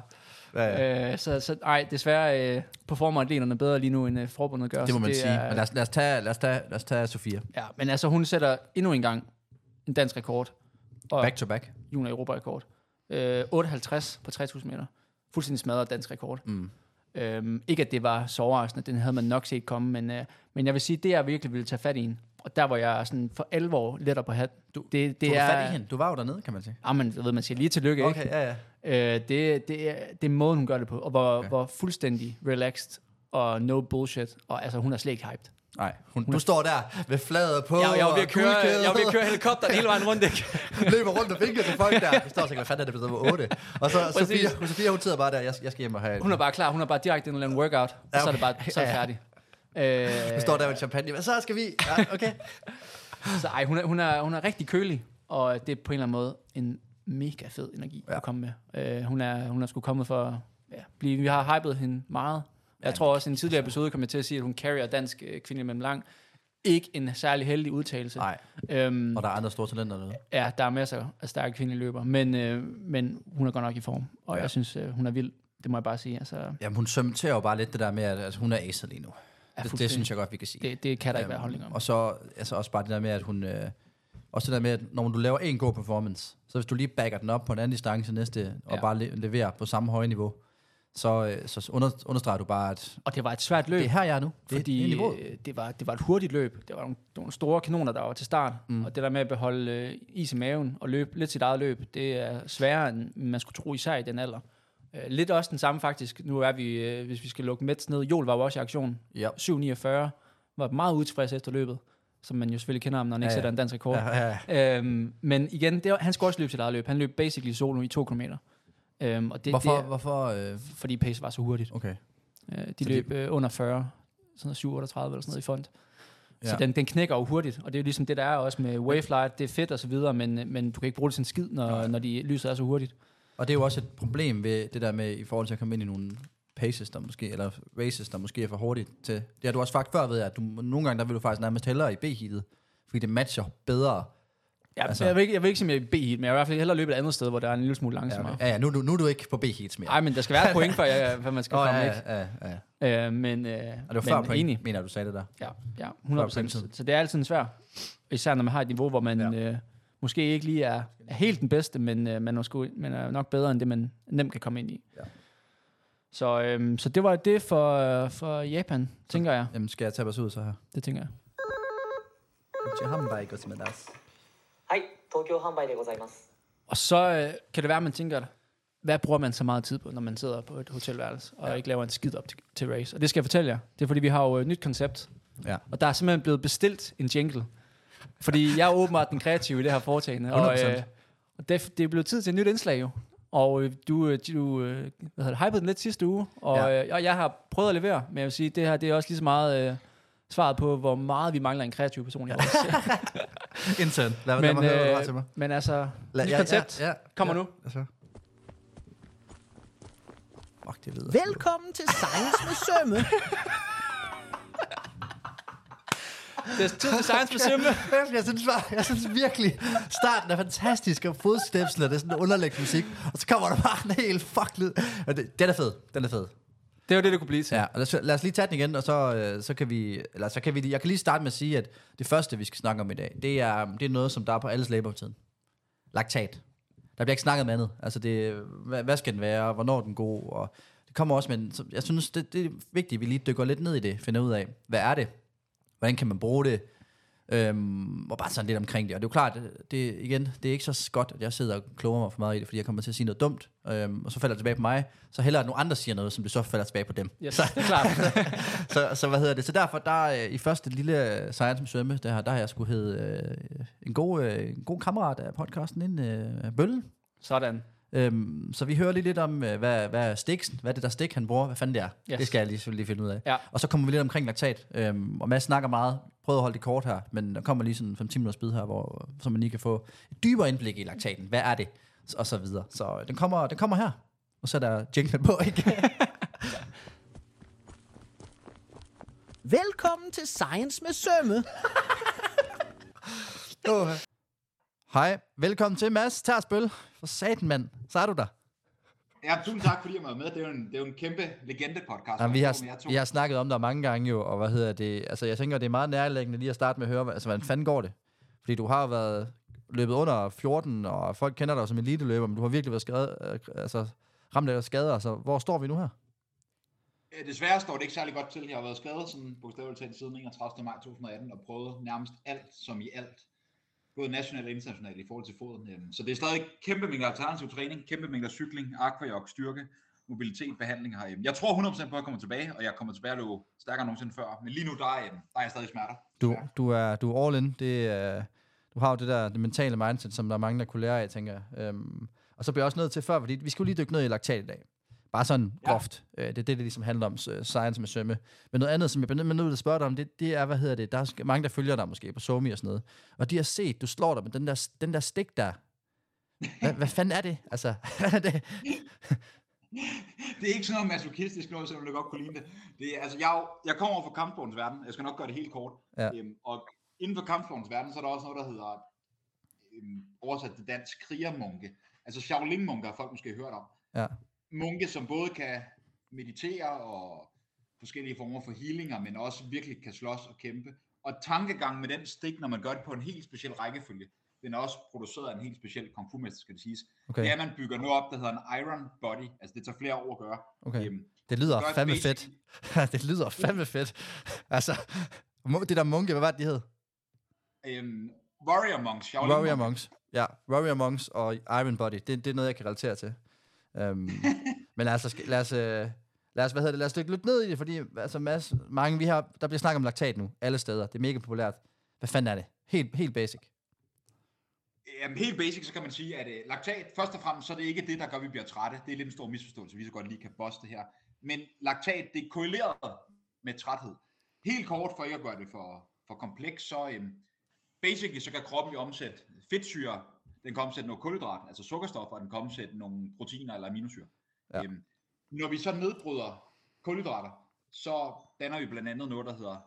Speaker 5: Ja, ja.
Speaker 4: Øh, så, så ej, desværre øh, performer atleterne bedre lige nu, end øh, forbundet gør.
Speaker 5: Det
Speaker 4: så
Speaker 5: må man sige.
Speaker 4: Er,
Speaker 5: Men lad os, lad, os tage, lad, os tage, lad os tage Sofia.
Speaker 4: ja, men altså, hun sætter endnu en gang en dansk rekord. Og
Speaker 5: Back to back.
Speaker 4: junior Europa-rekord. Øh, 58 på 3000 meter. Fuldstændig smadret dansk rekord. Mm. Øhm, ikke at det var så overraskende, den havde man nok set komme, men, øh, men jeg vil sige, det jeg virkelig ville tage fat i hende, og der hvor jeg er sådan for alvor letter på hatten,
Speaker 5: Du-
Speaker 4: det,
Speaker 5: Det
Speaker 4: det
Speaker 5: du
Speaker 4: er...
Speaker 5: er... fat i hende. Du var jo dernede, kan man sige.
Speaker 4: Ah, man, ved, man siger lige tillykke, ikke?
Speaker 5: ja, ja.
Speaker 4: Øh, det, det, er, det er måden, hun gør det på, og hvor, okay. hvor fuldstændig relaxed og no bullshit, og altså hun er slet ikke hyped.
Speaker 5: Nej, hun, du står der med fladet på.
Speaker 4: Jeg, jeg var ved at
Speaker 5: og
Speaker 4: køre,
Speaker 5: guldkæde,
Speaker 4: jeg var ved at køre helikopteren hele vejen rundt, ikke?
Speaker 5: løber rundt og vinker til folk der. Jeg står og tænker, hvad fanden er det, blevet var 8? Og så
Speaker 4: Præcis.
Speaker 5: Sofia, hun- Sofia, hun sidder bare der, jeg, jeg skal hjem og have en.
Speaker 4: Hun er bare klar, hun er bare direkte ind og laver en workout, og så er det bare så er det
Speaker 5: Ja, ja.
Speaker 4: færdigt. Øh,
Speaker 5: Hun står der med champagne. Hvad så skal vi? Ja, okay.
Speaker 4: Så ej, hun er, hun, er, hun er rigtig kølig, og det er på en eller anden måde en mega fed energi ja. at komme med. Øh, hun, er, hun er sgu kommet for at ja, blive... Vi har hypet hende meget. Jeg tror også, i en tidligere episode kom jeg til at sige, at hun carrier dansk øh, kvindelig mellem lang. Ikke en særlig heldig udtalelse.
Speaker 5: Nej,
Speaker 4: Øhm,
Speaker 5: og der er andre store talenter derude.
Speaker 4: ja, der er masser af stærke kvindelige løbere, men, øh, men hun er godt nok i form, og ja. jeg synes, øh, hun er vild. Det må jeg bare sige. Altså,
Speaker 5: Jamen, hun sømterer jo bare lidt det der med, at altså, hun er acer lige nu. Det, det
Speaker 4: fuldstændig.
Speaker 5: synes jeg godt, vi kan sige.
Speaker 4: det, det kan der ikke være holdning om.
Speaker 5: Og så altså, også bare det der med, at hun... Øh, Og så der med, at når du laver en god performance, så hvis du lige backer den op på en anden distance næste, og
Speaker 4: Ja.
Speaker 5: bare le- leverer på samme høje niveau, så, øh, så under- understreger du bare, at
Speaker 4: Og det var et svært løb.
Speaker 5: det er her, jeg er nu. Det, det er
Speaker 4: fordi
Speaker 5: niveauet.
Speaker 4: øh, det, var, det var et hurtigt løb. Det var nogle, nogle store kanoner, der var til start. Mm. Og det der med at beholde øh, is i maven og løbe lidt sit eget løb, det er sværere, end man skulle tro, især i den alder. Øh, lidt også den samme faktisk. Nu er vi, øh, hvis vi skal lukke Mets ned, Jol var jo også i aktion.
Speaker 5: Ja.
Speaker 4: 7.49 var meget utilfreds efter løbet, som man jo selvfølgelig kender ham, når han ikke
Speaker 5: Ja,
Speaker 4: ja,
Speaker 5: ja.
Speaker 4: sætter en dansk rekord.
Speaker 5: Ja, ja,
Speaker 4: Øhm, men igen, det var, han skulle også løbe sit eget løb. Han løb basically solo i to kilometer. Øhm, og det,
Speaker 5: Hvorfor?
Speaker 4: Det,
Speaker 5: hvorfor øh,
Speaker 4: fordi pace var så hurtigt.
Speaker 5: okay.
Speaker 4: Øh, de
Speaker 5: Fordi-
Speaker 4: løb øh, under 40, sådan noget 7, 38 eller sådan noget i fond. Ja.
Speaker 5: Ja.
Speaker 4: Så den, den knækker jo hurtigt, og det er jo ligesom det, der er også med wavelight, det er fedt og så videre, men, men du kan ikke bruge det til en skid, når, når de lyset er så hurtigt.
Speaker 5: Og det er jo også et problem ved det der med, i forhold til at komme ind i nogle paces, der måske, eller races, der måske er for hurtigt til. Det har du også sagt før, ved jeg, at du, nogle gange der vil du faktisk nærmest hellere i B-heatet, fordi det matcher bedre.
Speaker 4: Ja,
Speaker 5: Altså-
Speaker 4: altså. jeg, vil ikke, jeg vil ikke sige, at jeg er i B-heat, men jeg vil i hvert fald hellere løbe et andet sted, hvor der er en lille smule langsommere.
Speaker 5: Ja, ja nu, nu, nu er du ikke på B-heats mere.
Speaker 4: Nej, men der skal være et point, før, jeg, før man skal
Speaker 5: Åh,
Speaker 4: komme
Speaker 5: ja,
Speaker 4: væk.
Speaker 5: ja, ja, ja.
Speaker 4: Øh, men, øh, det
Speaker 5: Og det var før
Speaker 4: men
Speaker 5: point,
Speaker 4: enig.
Speaker 5: mener du sagde det der.
Speaker 4: Ja, ja 100
Speaker 5: Før
Speaker 4: Så,
Speaker 5: fremtiden.
Speaker 4: så det er altid en svær. Især når man har et niveau, hvor man ja. øh, måske ikke lige er, er helt den bedste, men øh, man, er sgu, man er nok bedre end det, man nemt kan komme ind i.
Speaker 5: Ja.
Speaker 4: Ja. Så, øhm, så det var det for, øh, for Japan, tænker jeg.
Speaker 5: Jamen, skal jeg tage os ud så her?
Speaker 4: Det tænker jeg.
Speaker 5: Jeg har bare ikke med deres.
Speaker 7: はい、東京販売でございます。
Speaker 4: Og så øh, kan det være, at man tænker, hvad bruger man så meget tid på, når man sidder på et hotelværelse og ja. ikke laver en skid op til, til race? Og det skal jeg fortælle jer. Det er, fordi vi har jo et nyt koncept.
Speaker 5: Ja.
Speaker 4: Og der er simpelthen blevet bestilt en jingle. Fordi jeg er åbenbart den kreative i det her foretagende. Og,
Speaker 5: 100%.
Speaker 4: øh, og det, det er blevet tid til et nyt indslag jo. Og øh, du, øh, du øh, hvad hedder det, hypede den lidt sidste uge, og,
Speaker 5: Ja.
Speaker 4: ja. øh, og jeg har prøvet at levere, men jeg vil sige, det her det er også lige så meget øh, svaret på, hvor meget vi mangler en kreativ person i vores.
Speaker 5: Intern. Lad, lad mig
Speaker 4: men,
Speaker 5: høre, hvad du har til mig.
Speaker 4: men altså,
Speaker 5: Lad,
Speaker 4: nyt koncept
Speaker 5: ja, ja,
Speaker 4: kommer
Speaker 5: ja,
Speaker 4: nu.
Speaker 5: Altså. Fuck, det ved jeg.
Speaker 8: Velkommen til Science med Sømme.
Speaker 4: Det er tid til Science med Simme.
Speaker 5: Kæft, Jeg synes, bare, jeg synes virkelig, starten er fantastisk, og fodstepsen, og det er sådan en underlæg musik, og så kommer der bare en helt fuck lyd. Og det, den er fed, den er fed.
Speaker 4: Det var det, det kunne blive til.
Speaker 5: Ja, og lad, os, lad os lige tage den igen, og så, øh, så kan vi, eller så kan vi, lige- jeg kan lige starte med at sige, at det første, vi skal snakke om i dag, det er, det er noget, som der er på alles læber for tiden. Laktat. Der bliver ikke snakket om andet. Altså, det, hvad, hvad skal den være, hvornår er den god, og det kommer også med, en- så jeg synes, det, det er vigtigt, at vi lige dykker lidt ned i det, finder ud af, hvad er det, hvordan kan man bruge det, Øhm, og bare sådan lidt omkring det. Og det er jo klart, det, igen, det er ikke så godt, at jeg sidder og kloger mig for meget i det, fordi jeg kommer til at sige noget dumt, øhm, og så falder det tilbage på mig. Så hellere, at nogle andre siger noget, som det så falder tilbage på dem.
Speaker 4: Yes,
Speaker 5: Så,
Speaker 4: det er klart.
Speaker 5: så, så hvad hedder det? Så derfor, der øh, i første lille øh, science med svømme, der, har- der har jeg skulle hedde øh, en, god, øh, en god kammerat af podcasten ind, øh, Bølle.
Speaker 4: Sådan.
Speaker 5: Øhm, så vi hører lige lidt om, øh, hvad, hvad er stiksen, hvad er det der stik, han bruger, hvad fanden det er. Yes.
Speaker 4: Yes.
Speaker 5: Det skal jeg lige, selvfølgelig lige finde ud af.
Speaker 4: Ja.
Speaker 5: Og så kommer vi lidt omkring laktat, øhm, og Mads snakker meget, prøver at holde det kort her, men der kommer lige sådan 5-10 minutters bid her, hvor, så man lige kan få et dybere indblik i laktaten. Hvad er det? Og så videre. Så øh, den kommer, den kommer her. Og så er der jinglen på, ikke?
Speaker 8: Velkommen til Science med Sømme.
Speaker 5: Hej, velkommen til Mads Tersbøl. For satan, mand. Så er du der.
Speaker 9: Ja, tusind tak, fordi jeg var med. Det er jo en, det er jo en kæmpe legende-podcast.
Speaker 5: Jamen, vi,
Speaker 9: Jeg
Speaker 5: har,
Speaker 9: tror, men jeg tog-
Speaker 5: vi har snakket om dig mange gange jo, og hvad hedder det? Altså, jeg tænker, det er meget nærlæggende lige at starte med at høre, hvad- altså, hvordan fanden går det? Fordi du har jo været løbet under 14, og folk kender dig jo som eliteløber, men du har virkelig været skadet, øh, altså, ramt af skader, så hvor står vi nu her?
Speaker 9: Øh, Desværre står det ikke særlig godt til. Jeg har været skadet sådan bogstaveligt talt siden 31. maj 2018 og prøvet nærmest alt som i alt. Både nationalt og internationalt i forhold til foden. Øhm, Så det er stadig kæmpe mængder alternativ træning, kæmpe mængder cykling, aquajog, styrke, mobilitet, behandling herhjemme. Jeg tror 100% på, at jeg kommer tilbage, og jeg kommer tilbage at løbe stærkere end nogensinde før. Men lige nu, der er, øhm, der er jeg stadig i smerter.
Speaker 5: Du, du, er, du er all in. Det, øh, du har jo det der det mentale mindset, som der er mange, der kunne lære af, tænker jeg. Øhm, og så bliver jeg også nødt til før, fordi vi skulle lige dykke ned i laktat i dag. Bare sådan ja.
Speaker 9: Ja.
Speaker 5: groft. Øh, det er det, det ligesom handler om, øh, science med sømme. Men noget andet, som jeg bliver nødt til at spørge dig om, det, det er, hvad hedder det, der er sk- mange, der følger dig måske på Somi og sådan noget. Og de har set, du slår dig med den der, den der stik der. Hvad, hvad fanden er det? Altså, hvad er det?
Speaker 9: det er ikke sådan noget masochistisk noget, selvom det godt kunne ligne det. det er, altså, jeg, er jo- jeg kommer over fra kampsportens verden. Jeg skal nok gøre det helt kort.
Speaker 5: Ja.
Speaker 9: Øhm, og inden for kampsportens verden, så er der også noget, der hedder øhm, oversat til dansk krigermunke. Altså Shaolin-munke har folk måske hørt om.
Speaker 5: Ja.
Speaker 9: Munke, som både kan meditere og forskellige former for healinger, men også virkelig kan slås og kæmpe. Og tankegangen med den stik, når man gør det på en helt speciel rækkefølge, den er også produceret af en helt speciel kung fu skal det siges.
Speaker 5: Okay.
Speaker 9: Okay. Det er, at man bygger noget op, der hedder en iron body. Altså, det tager flere år at gøre.
Speaker 5: Okay.
Speaker 9: Øhm,
Speaker 5: Det lyder
Speaker 9: Godt
Speaker 5: fandme
Speaker 9: basic.
Speaker 5: fedt. det lyder fandme fedt. altså, mu- det der munke, hvad var det, de hed?
Speaker 9: øhm, warrior monks. Shaolin
Speaker 5: Warrior
Speaker 9: monks.
Speaker 5: Monks. Ja, Warrior Monks og Iron Body. Det, det er noget, jeg kan relatere til. Um, men altså, skal- lad os, øh, lad os, hvad hedder det, lad os dykke lidt ned i det, fordi altså, Mads, mange, vi har, der bliver snakket om laktat nu, alle steder. Det er mega populært. Hvad fanden er det? Helt, helt basic.
Speaker 9: Jamen, helt basic, så kan man sige, at øh, laktat, først og fremmest, så er det ikke det, der gør, at vi bliver trætte. Det er lidt en stor misforståelse, vi så godt lige kan boste her. Men laktat, det er korreleret med træthed. Helt kort, for ikke at gøre det for, for kompleks, så øhm, basically, så kan kroppen jo omsætte fedtsyre, den kan omsætte noget kulhydrat, altså sukkerstoffer, og den kan omsætte nogle proteiner eller aminosyre.
Speaker 5: Ja.
Speaker 9: Ja. Øhm, når vi så nedbryder kulhydrater, så danner vi blandt andet noget, der hedder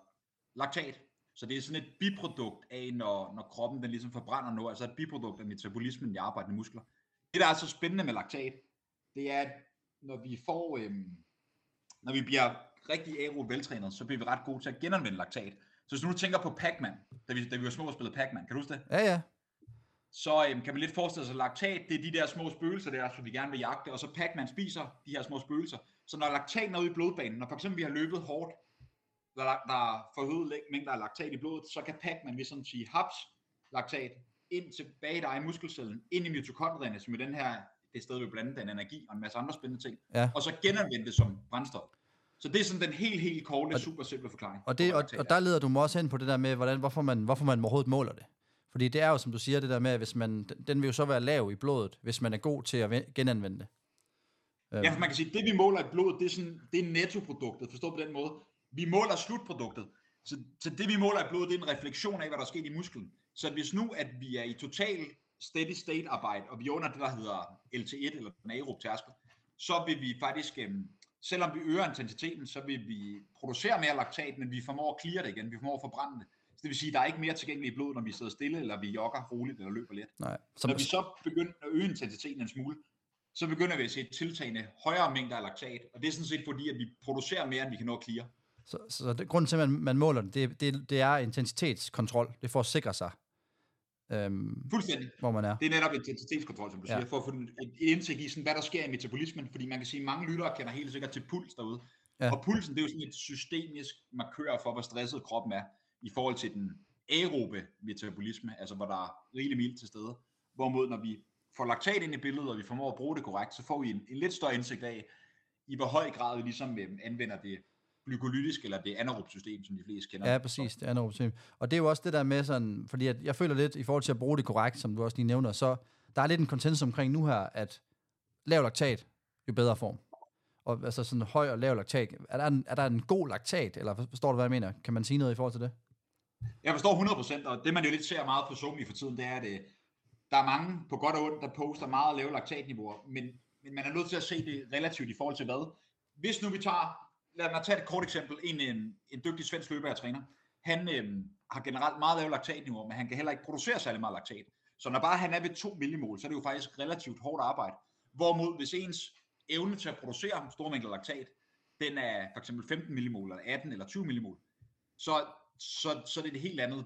Speaker 9: laktat. Så det er sådan et biprodukt af, når, når kroppen den ligesom forbrænder noget, altså et biprodukt af metabolismen i arbejdende muskler. Det, der er så spændende med laktat, det er, at når vi får, øhm, når vi bliver rigtig aero veltrænet, så bliver vi ret gode til at genanvende laktat. Så hvis du nu tænker på Pac-Man, da vi, da vi var små og spillede Pac-Man, kan du huske det?
Speaker 5: Ja, ja.
Speaker 9: så øhm, kan man lidt forestille sig, at laktat, det er de der små spøgelser der, som vi gerne vil jagte, og så Pac-Man spiser de her små spøgelser. Så når laktaten er ude i blodbanen, når for eksempel vi har løbet hårdt, der, er lak- der er forhøjet læ- mængder af laktat i blodet, så kan Pac-Man ligesom sige, haps, laktat, ind tilbage i dig i muskelcellen, ind i mitokondrierne, som er den her, det sted, vi blander den energi og en masse andre spændende ting,
Speaker 5: Ja.
Speaker 9: og så genanvende det som brændstof. Så det er sådan den helt, helt korte, super simple forklaring.
Speaker 5: Og, det,
Speaker 9: på,
Speaker 5: og,
Speaker 9: hvad laktat
Speaker 5: og
Speaker 9: er.
Speaker 5: der leder du mig også hen på det der med, hvordan, hvorfor, man, hvorfor man overhovedet måler det. Fordi det er jo, som du siger, det der med, at hvis man, den- den vil jo så være lav i blodet, hvis man er god til at ven- genanvende det. Øhm,
Speaker 9: Ja, for man kan sige, at det vi måler i blodet, det er, sådan, det er nettoproduktet, forstået på den måde. Vi måler slutproduktet. Så, så det vi måler i blodet, det er en refleksion af, hvad der er sket i musklen. Så hvis nu, at vi er i total steady state arbejde, og vi er under det, der hedder LT1, eller den aerob tærskel, så vil vi faktisk, øhm, selvom vi øger intensiteten, så vil vi producere mere laktat, men vi formår at clear det igen, vi formår at forbrænde det. Så det vil sige, at der er ikke mere tilgængeligt i blodet, når vi sidder stille, eller vi jogger roligt, eller løber lidt.
Speaker 5: Nej.
Speaker 9: Så når vi så begynder at øge intensiteten en smule, så begynder vi at se tiltagende højere mængder af laktat, og det er sådan set fordi, at vi producerer mere, end vi kan nå at clear.
Speaker 5: Så, så det, grunden til, at man, man måler det, det, det, det er intensitetskontrol. Det er for at sikre sig, øhm,
Speaker 9: Fuldstændig.
Speaker 5: hvor man er.
Speaker 9: Det er netop intensitetskontrol, som du
Speaker 5: Ja.
Speaker 9: ja. siger, for at få en en indsigt i, sådan, hvad der sker i metabolismen, fordi man kan sige, at mange lyttere kender helt sikkert til puls derude.
Speaker 5: Ja.
Speaker 9: Ja. Og pulsen, det er jo sådan et systemisk markør for, hvor stresset kroppen er i forhold til den aerobe metabolisme, altså hvor der er rigelig mild til stede. Hvorimod, når vi får laktat ind i billedet, og vi formår at bruge det korrekt, så får vi en, en lidt større indsigt af, i hvor høj grad vi ligesom øhm, anvender det glykolytiske eller det anaerobe system, som de fleste kender.
Speaker 5: Ja, præcis. Det er noget problem. Og det er jo også det der med sådan, fordi at jeg føler lidt, i forhold til at bruge det korrekt, som du også lige nævner, så der er lidt en konsensus omkring nu her, at lav laktat, jo bedre form. Og altså sådan høj og lav laktat. Er der en, er der en god laktat, eller forstår du, hvad jeg mener? Kan man sige noget i forhold til det?
Speaker 9: Jeg forstår 100%, og det man jo lidt ser meget på Zoom for tiden, det er, at øh, der er mange på godt og ondt, der poster meget lave laktatniveauer, men, men man er nødt til at se det relativt i forhold til hvad. Hvis nu vi tager, lad mig tage et kort eksempel, en, en, en dygtig svensk løber, jeg træner, han øhm, har generelt meget lave laktatniveauer, men han kan heller ikke producere særlig meget laktat. Så når bare han er ved 2 millimol, så er det jo faktisk relativt hårdt arbejde. Hvorimod hvis ens evne til at producere store mængder laktat, den er for eksempel 15 millimol, eller 18 eller 20 millimol, så, så, så det er det et helt andet,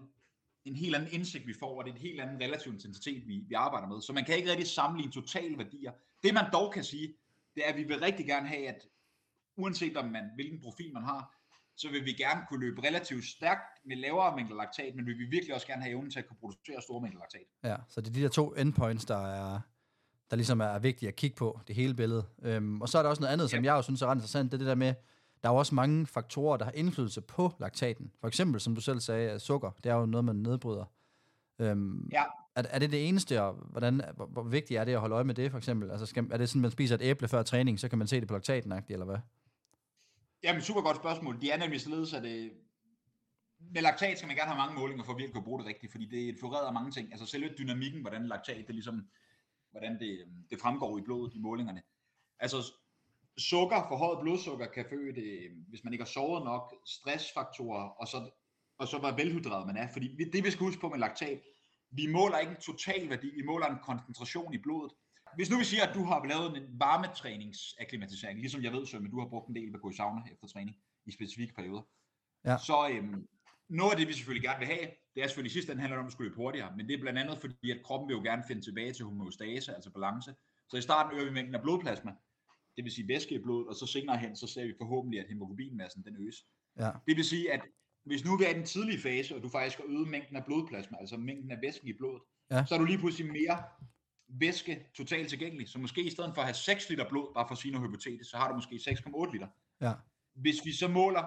Speaker 9: en helt anden indsigt, vi får, og det er en helt anden relativ intensitet, vi, vi arbejder med. Så man kan ikke rigtig sammenligne totale værdier. Det man dog kan sige, det er, at vi vil rigtig gerne have, at uanset om man, hvilken profil man har, så vil vi gerne kunne løbe relativt stærkt med lavere mængder laktat, men vi vil virkelig også gerne have evnen til at kunne producere store mængder laktat.
Speaker 5: Ja, så det er de der to endpoints, der er der ligesom er vigtige at kigge på, det hele billede. Øhm, og så er der også noget andet, som jeg jo synes er ret interessant, det er det der med, der er jo også mange faktorer, der har indflydelse på laktaten. For eksempel, som du selv sagde, er sukker, det er jo noget, man nedbryder. Øhm,
Speaker 9: Ja,
Speaker 5: er, er det det eneste, og hvordan, hvor, hvor vigtigt er det at holde øje med det, for eksempel? Altså, skal, er det sådan, man spiser et æble før træning, så kan man se det på laktaten, eller hvad?
Speaker 9: Jamen, super godt spørgsmål. De er nemlig således, at øh, med laktat skal man gerne have mange målinger for virkelig at kunne bruge det rigtigt, fordi det forræder mange ting. Altså selve dynamikken, hvordan laktat, det ligesom, hvordan det, øh, det fremgår i blodet i målingerne. Altså s- sukker, forhøjet blodsukker kan føde, øh, hvis man ikke har sovet nok, stressfaktorer, og så, og så hvor velhydreret man er. Fordi vi- det, vi skal huske på med laktat, vi måler ikke en total værdi, vi måler en koncentration i blodet. Hvis nu vi siger, at du har lavet en varmetræningsakklimatisering, ligesom jeg ved, Søren, at du har brugt en del ved at gå i sauna efter træning i specifikke perioder,
Speaker 5: Ja.
Speaker 9: så, øhm, noget af det, vi selvfølgelig gerne vil have, det er selvfølgelig i sidste ende handler det om at skulle løbe hurtigere, men det er blandt andet fordi, at kroppen vil jo gerne finde tilbage til homeostase, altså balance. Så i starten øger vi mængden af blodplasma, det vil sige væske i blodet, og så senere hen, så ser vi forhåbentlig, at hemoglobinmassen den øges.
Speaker 5: Ja.
Speaker 9: Det vil sige, at hvis nu vi er i den tidlige fase, og du faktisk har øget mængden af blodplasma, altså mængden af væsken i blodet,
Speaker 5: Ja.
Speaker 9: ja. så er du lige pludselig mere væske totalt tilgængelig. Så måske i stedet for at have 6 liter blod, bare for at sige noget hypotetisk, så har du måske 6,8 liter.
Speaker 5: Ja.
Speaker 9: Hvis vi så måler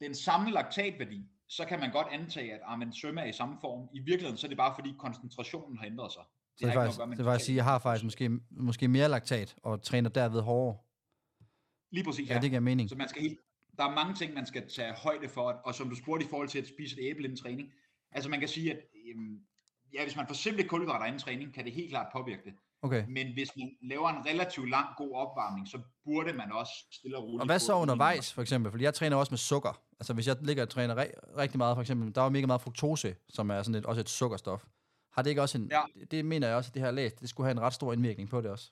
Speaker 9: den samme laktatværdi, så kan man godt antage, at ah, men sømme er i samme form. I virkeligheden så er det bare fordi koncentrationen har ændret sig.
Speaker 5: Så det, er
Speaker 9: har
Speaker 5: faktisk,
Speaker 9: ikke noget at gøre med
Speaker 5: det vil faktisk sige, at jeg har faktisk måske, måske mere laktat, og træner derved hårdere.
Speaker 9: Lige præcis,
Speaker 5: Ja, det giver mening.
Speaker 9: Så man skal helt, der er mange ting, man skal tage højde for, og som du spurgte i forhold til at spise et æble inden træning. Altså man kan sige, at øhm, ja, hvis man får simple kulhydrater inden træning, kan det helt klart påvirke det.
Speaker 5: Okay.
Speaker 9: Men hvis man laver en relativt lang god opvarmning, så burde man også stille og roligt...
Speaker 5: Og hvad
Speaker 9: gå
Speaker 5: så
Speaker 9: i-
Speaker 5: undervejs, for eksempel? Fordi jeg træner også med sukker. Altså hvis jeg ligger og træner re- rigtig meget, for eksempel, der er jo mega meget fruktose, som er sådan et, også et sukkerstof. Har det ikke også en...
Speaker 9: Ja.
Speaker 5: Det mener jeg også, at det her læst, det skulle have en ret stor indvirkning på det også.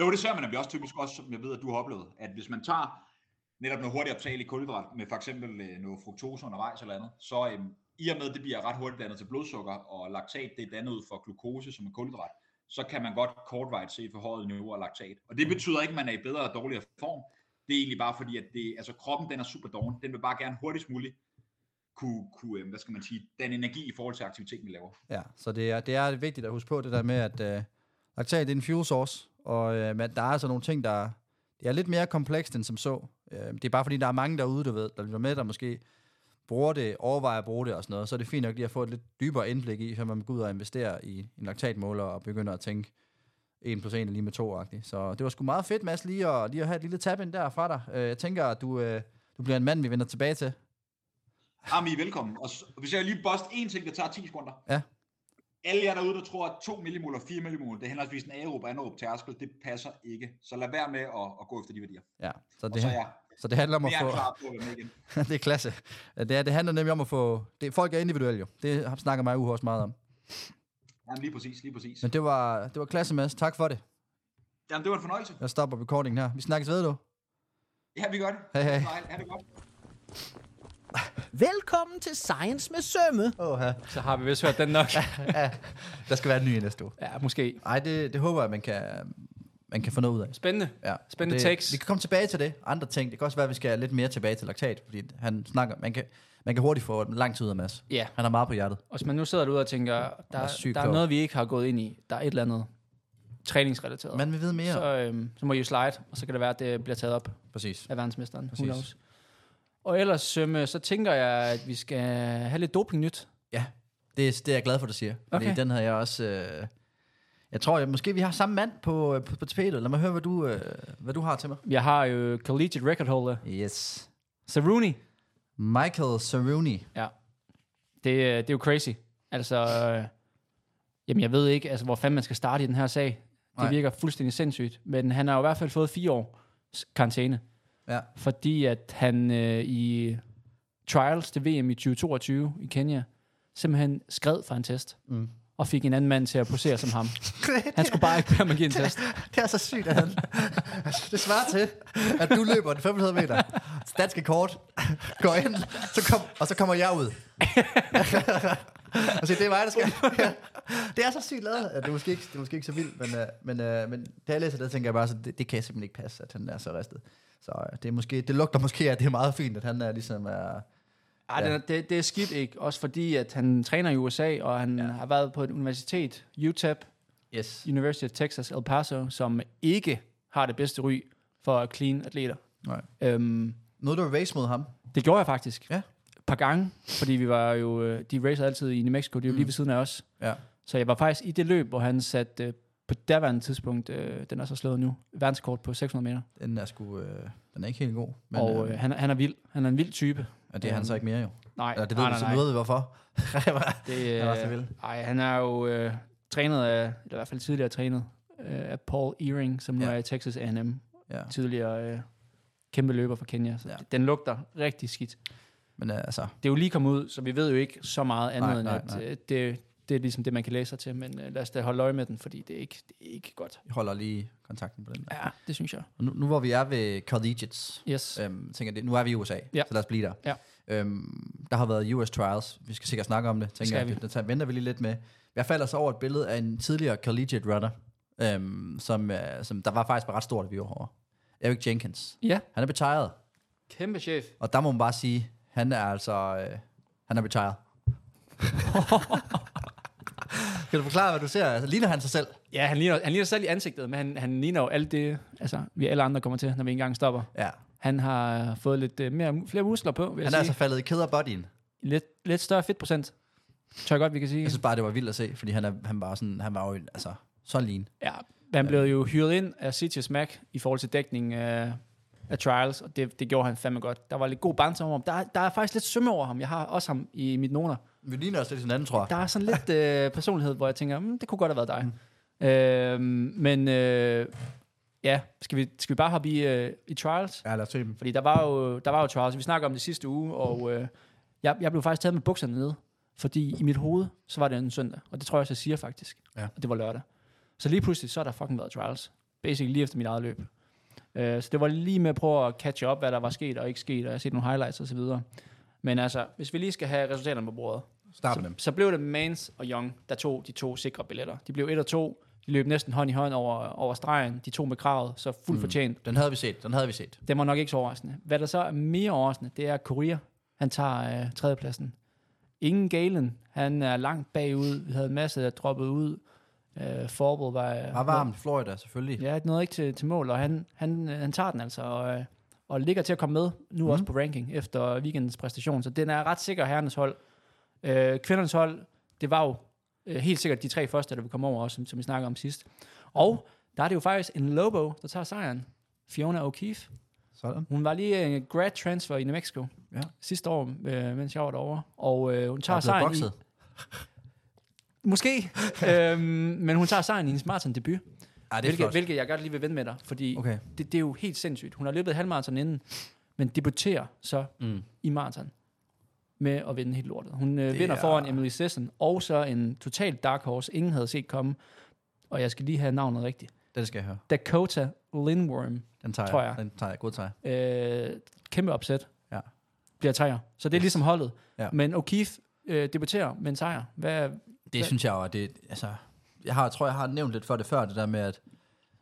Speaker 9: Jo, det ser man nemlig også typisk også, som jeg ved, at du har oplevet, at hvis man tager netop noget hurtigt optageligt kulhydrat med for eksempel øh, noget fruktose undervejs eller andet, så øhm, i og med, at det bliver ret hurtigt dannet til blodsukker, og laktat det er dannet ud for glukose, som er kulhydrat, så kan man godt kortvarigt se forhøjet niveau af laktat. Og det betyder ikke, at man er i bedre og dårligere form. Det er egentlig bare fordi, at det, altså kroppen den er super doven. Den vil bare gerne hurtigst muligt kunne, kunne øhm, hvad skal man sige, den energi i forhold til aktiviteten, vi laver.
Speaker 5: Ja, så det er, det er vigtigt at huske på det der med, at øh, laktat det er en fuel source, og øh, men der er altså nogle ting, der det er lidt mere komplekst end som så. Øh, det er bare fordi, der er mange derude, du ved, der lytter med, der måske bruger det, overvejer at bruge det og sådan noget, så er det fint nok lige at få et lidt dybere indblik i, før man går ud og investerer i en laktatmåler og begynder at tænke 1 plus 1 er lige med 2 -agtigt. Så det var sgu meget fedt, Mads, lige at, lige at have et lille tab ind der fra dig. Øh, jeg tænker, at du, øh, du bliver en mand, vi vender tilbage til.
Speaker 9: Jamen, I er velkommen. Og s- hvis jeg lige bost én ting, der tager 10 sekunder.
Speaker 5: Ja.
Speaker 9: Alle jer derude, der tror, at 2 millimol og 4 millimol, det er henholdsvis en aerob og anaerob tærskel, det passer ikke. Så lad være med at, at gå efter de værdier.
Speaker 5: Ja, så
Speaker 9: Og
Speaker 5: det,
Speaker 9: så er jeg,
Speaker 5: så det handler om at
Speaker 9: det er
Speaker 5: få...
Speaker 9: jeg klar på at være med igen.
Speaker 5: det er klasse. Det, er, det handler nemlig om at få... Det, folk er individuelle jo. Det snakker mig og Uge også meget om.
Speaker 9: Jamen, lige præcis, lige præcis.
Speaker 5: Men det var, det var klasse, Mads. Tak for det.
Speaker 9: Jamen, det var en fornøjelse.
Speaker 5: Jeg stopper recordingen her. Vi snakkes ved, du.
Speaker 9: Ja, vi gør det.
Speaker 5: Hej, hej.
Speaker 9: Nej, ha' det godt.
Speaker 8: Velkommen til Science med Sømme.
Speaker 5: Åh, ja.
Speaker 4: Så har vi vist hørt den nok.
Speaker 5: Der skal være en ny i næste uge.
Speaker 4: ja, måske.
Speaker 5: Ej, det, det håber jeg, man kan, man kan få noget ud af.
Speaker 4: Spændende.
Speaker 5: Ja.
Speaker 4: Spændende
Speaker 5: det,
Speaker 4: tekst.
Speaker 5: Vi kan komme tilbage til det. Andre ting. Det kan også være, at vi skal lidt mere tilbage til laktat, fordi han snakker... Man kan, man kan hurtigt få lang tid ud af Mads.
Speaker 4: Ja.
Speaker 5: Han har meget på hjertet.
Speaker 4: Og hvis man nu sidder derude og tænker, der,
Speaker 5: er
Speaker 4: er,
Speaker 5: sygt
Speaker 4: der er
Speaker 5: klog.
Speaker 4: noget, vi ikke har gået ind i. Der er et eller andet træningsrelateret.
Speaker 5: Man vil vide mere. Så...
Speaker 4: så, øhm, så må I jo slide, og så kan det være, at det bliver taget op
Speaker 5: Præcis.
Speaker 4: af verdensmesteren. Præcis.
Speaker 5: Præcis.
Speaker 4: Who knows? Og ellers, sømme, så tænker jeg, at vi skal have lidt dopingnyt.
Speaker 5: Ja, det, er- det er jeg glad for, du siger. Fordi
Speaker 4: Okay.
Speaker 5: den havde jeg også... Øh, jeg tror, jeg, måske vi har samme mand på, øh, på, på tapetet. Lad mig høre, hvad du, øh, hvad du har til mig.
Speaker 4: Jeg har jo collegiate record holder,
Speaker 5: Yes.
Speaker 4: så Rooney.
Speaker 5: Michael Cerrone.
Speaker 4: Ja. Det, øh, det er jo crazy. Altså, øh, jamen jeg ved ikke, altså, hvor fanden man skal starte i den her sag. Det
Speaker 5: Nej.
Speaker 4: virker fuldstændig sindssygt. Men han har jo i hvert fald fået fire års karantæne.
Speaker 5: Ja.
Speaker 4: Fordi at han øh, i trials til VM i 2022 i Kenya, simpelthen skred fra en test. Mm. Og fik en anden mand til at posere som ham. Han skulle bare ikke være med at give en test.
Speaker 5: Det er så sygt, at han... Altså, det svarer til, at du løber den 500 meter. Danske kort. Går ind, så kom, og så kommer jeg ud. altså, det er mig, der skal... Ja. Det er så sygt lavet. Ja, Det er måske ikke, det er måske ikke så vildt, men, øh, men, øh, men da jeg læser det, tænker jeg bare, så det, det kan simpelthen ikke passe, at han er så ristet. Så øh, det, er måske, det lugter måske, at det er meget fint, at han er ligesom... Er,
Speaker 4: Ej,
Speaker 5: Ja.
Speaker 4: ja. det, det, det er skidt ikke. Også fordi, at han træner i USA, og han ja. har været på et universitet, E UTEP,
Speaker 5: yes.
Speaker 4: University of Texas El Paso, som ikke har det bedste ry for clean atleter.
Speaker 5: Nej.
Speaker 4: Øhm,
Speaker 5: Nåede du at race mod ham?
Speaker 4: det gjorde jeg faktisk.
Speaker 5: Ja.
Speaker 4: Et par gange, fordi vi var jo, øh, de racer altid i New Mexico, de er jo lige ved siden af os.
Speaker 5: Mm. Ja.
Speaker 4: Så jeg var faktisk i det løb, hvor han satte øh, på daværende tidspunkt, øh, den er så slået nu, verdenskort på 600 meter.
Speaker 5: Den er sgu... Øh, den er ikke helt god. Men,
Speaker 4: og øh, han, er- han er vild. Han er en vild type.
Speaker 5: og det er han så ikke mere, jo.
Speaker 4: Nej,
Speaker 5: Eller det ved
Speaker 4: nej,
Speaker 5: vi,
Speaker 4: nej,
Speaker 5: så
Speaker 4: nej.
Speaker 5: nu ved vi hvorfor.
Speaker 4: Det,
Speaker 5: Han var så
Speaker 4: øh,
Speaker 5: vild.
Speaker 4: Ej, han er jo øh, trænet af, eller i hvert fald tidligere trænet, øh, af Paul Earing, som nu
Speaker 5: Ja.
Speaker 4: er i Texas A&M.
Speaker 5: ja.
Speaker 4: tidligere øh, kæmpe løber fra Kenya. Så
Speaker 5: Ja.
Speaker 4: ja. den lugter rigtig skidt.
Speaker 5: Men øh, altså,
Speaker 4: Det er jo lige kommet ud, så vi ved jo ikke så meget andet,
Speaker 5: Nej,
Speaker 4: nej, end
Speaker 5: nej,
Speaker 4: at
Speaker 5: nej.
Speaker 4: nej. Det, det er ligesom det, man kan læse sig til. Men øh, lad os da holde øje med den, fordi det er ikke, det er ikke godt.
Speaker 5: jeg holder lige kontakten på den der.
Speaker 4: Ja, det synes jeg.
Speaker 5: Og Nu, nu hvor vi er ved collegiates,
Speaker 4: Yes.
Speaker 5: øhm, tænker jeg, det, nu er vi i USA,
Speaker 4: Ja.
Speaker 5: så lad os blive der.
Speaker 4: Ja.
Speaker 5: Øhm, der har været US Trials. Vi skal sikkert snakke om det, tænker
Speaker 4: skal
Speaker 5: jeg.
Speaker 4: vi.
Speaker 5: Det, det tager, venter vi lige lidt med. Jeg falder så over et billede af en tidligere collegiate runner, øhm, som, øh, som der var faktisk var ret stort view over. Eric Jenkins.
Speaker 4: Ja.
Speaker 5: Han er retired.
Speaker 4: Kæmpe chef.
Speaker 5: Og der må man bare sige, han er altså... Øh, han er retired. kan du forklare, hvad du ser? Altså, ligner han sig selv?
Speaker 4: Ja, han ligner, han ligner selv i ansigtet, men han, han ligner jo alt det, altså, vi alle andre kommer til, når vi engang stopper.
Speaker 5: Ja.
Speaker 4: Han har fået lidt øh, mere, flere muskler på, vil jeg
Speaker 5: Han
Speaker 4: sige.
Speaker 5: er altså faldet i kæderbuddyen.
Speaker 4: lidt, lidt større fedtprocent, tror jeg godt, vi kan sige.
Speaker 5: Jeg synes bare, det var vildt at se, fordi han, er, han var sådan, han var jo, en- altså, så lean.
Speaker 4: Ja, han blev jo hyret ind af Sitius Mac i forhold til dækning af, af trials, og det, det gjorde han fandme godt. Der var lidt god banter om ham. Der, er- der er faktisk lidt sømme over ham. Jeg har også ham i mit noter.
Speaker 5: Vi ligner også lidt hinanden, tror jeg.
Speaker 4: Der er sådan lidt øh, personlighed, hvor jeg tænker, mm, det kunne godt have været dig. Mm. Øh, men øh, ja, skal vi, skal vi bare hoppe i, øh, i trials?
Speaker 5: Ja, lad os se dem.
Speaker 4: Fordi der var jo, der var jo trials. Vi snakkede om det sidste uge, og øh, jeg, jeg blev faktisk taget med bukserne nede. Fordi i mit hoved, så var det en søndag. Og det tror jeg også, jeg siger faktisk.
Speaker 5: Ja.
Speaker 4: Og det var lørdag. Så lige pludselig, så har der fucking været trials. Basically lige efter mit eget løb. Øh, så det var lige med at prøve at catch op, hvad der var sket og ikke sket. Og jeg har set nogle highlights osv. Men altså, hvis vi lige skal have resultaterne på bordet.
Speaker 5: Start med
Speaker 4: Så,
Speaker 5: dem.
Speaker 4: så blev det Mans og Young, der tog de to sikre billetter. De blev et og to. De løb næsten hånd i hånd over, over stregen. De to med kravet, så fuldt mm. fortjent.
Speaker 5: Den havde vi set, den havde vi set.
Speaker 4: Den var nok ikke så overraskende. Hvad der så er mere overraskende, det er Korea. Han tager øh, tredjepladsen. Ingen Galen. Han er langt bagud. Vi havde en masse, der droppede ud. Øh, Forbud var... Øh,
Speaker 5: Var varmt, Florida selvfølgelig.
Speaker 4: Ja, nåede ikke til, til mål, og han, han, øh, han tager den altså, og, øh, og ligger til at komme med, nu mm. også på ranking, efter weekendens præstation. Så den er ret sikker herrenes hold. Øh, kvindernes hold, det var jo øh, helt sikkert de tre første, der vi kom over også, som, som vi snakkede om sidst. Og der er det jo faktisk en Lobo, der tager sejren. Fiona O'Keefe.
Speaker 5: Sådan.
Speaker 4: Hun var lige en grad transfer i New Mexico
Speaker 5: Ja.
Speaker 4: sidste år, øh, mens jeg var derovre. Og øh, hun
Speaker 5: Der
Speaker 4: tager
Speaker 5: er blevet
Speaker 4: sejren
Speaker 5: bokset.
Speaker 4: i... Måske. øhm, men hun tager sejren i hendes maraton-debut.
Speaker 5: Ej, det er
Speaker 4: Hvilket,
Speaker 5: flot.
Speaker 4: hvilket jeg godt lige vil vende med dig, fordi
Speaker 5: Okay.
Speaker 4: okay. det, det er jo helt sindssygt. Hun har løbet halvmarathon inden, men debuterer så mm. i maraton med at vinde helt lortet. Hun øh, vinder
Speaker 5: er-
Speaker 4: foran Emily Sesson, og så en total dark horse, ingen havde set komme. Og jeg skal lige have navnet rigtigt.
Speaker 5: Den skal jeg høre.
Speaker 4: Dakota Lindworm.
Speaker 5: Den tager
Speaker 4: Tror
Speaker 5: jeg.
Speaker 4: jeg.
Speaker 5: Den tager jeg. God tager jeg.
Speaker 4: Øh, kæmpe opsæt.
Speaker 5: Ja.
Speaker 4: Bliver træer. Så det er ligesom holdet.
Speaker 5: Ja.
Speaker 4: Men O'Keefe øh, debuterer med en sejr. Hvad,
Speaker 5: Det synes jeg jo, at det, altså, jeg har, tror, jeg har nævnt lidt for det før, det der med, at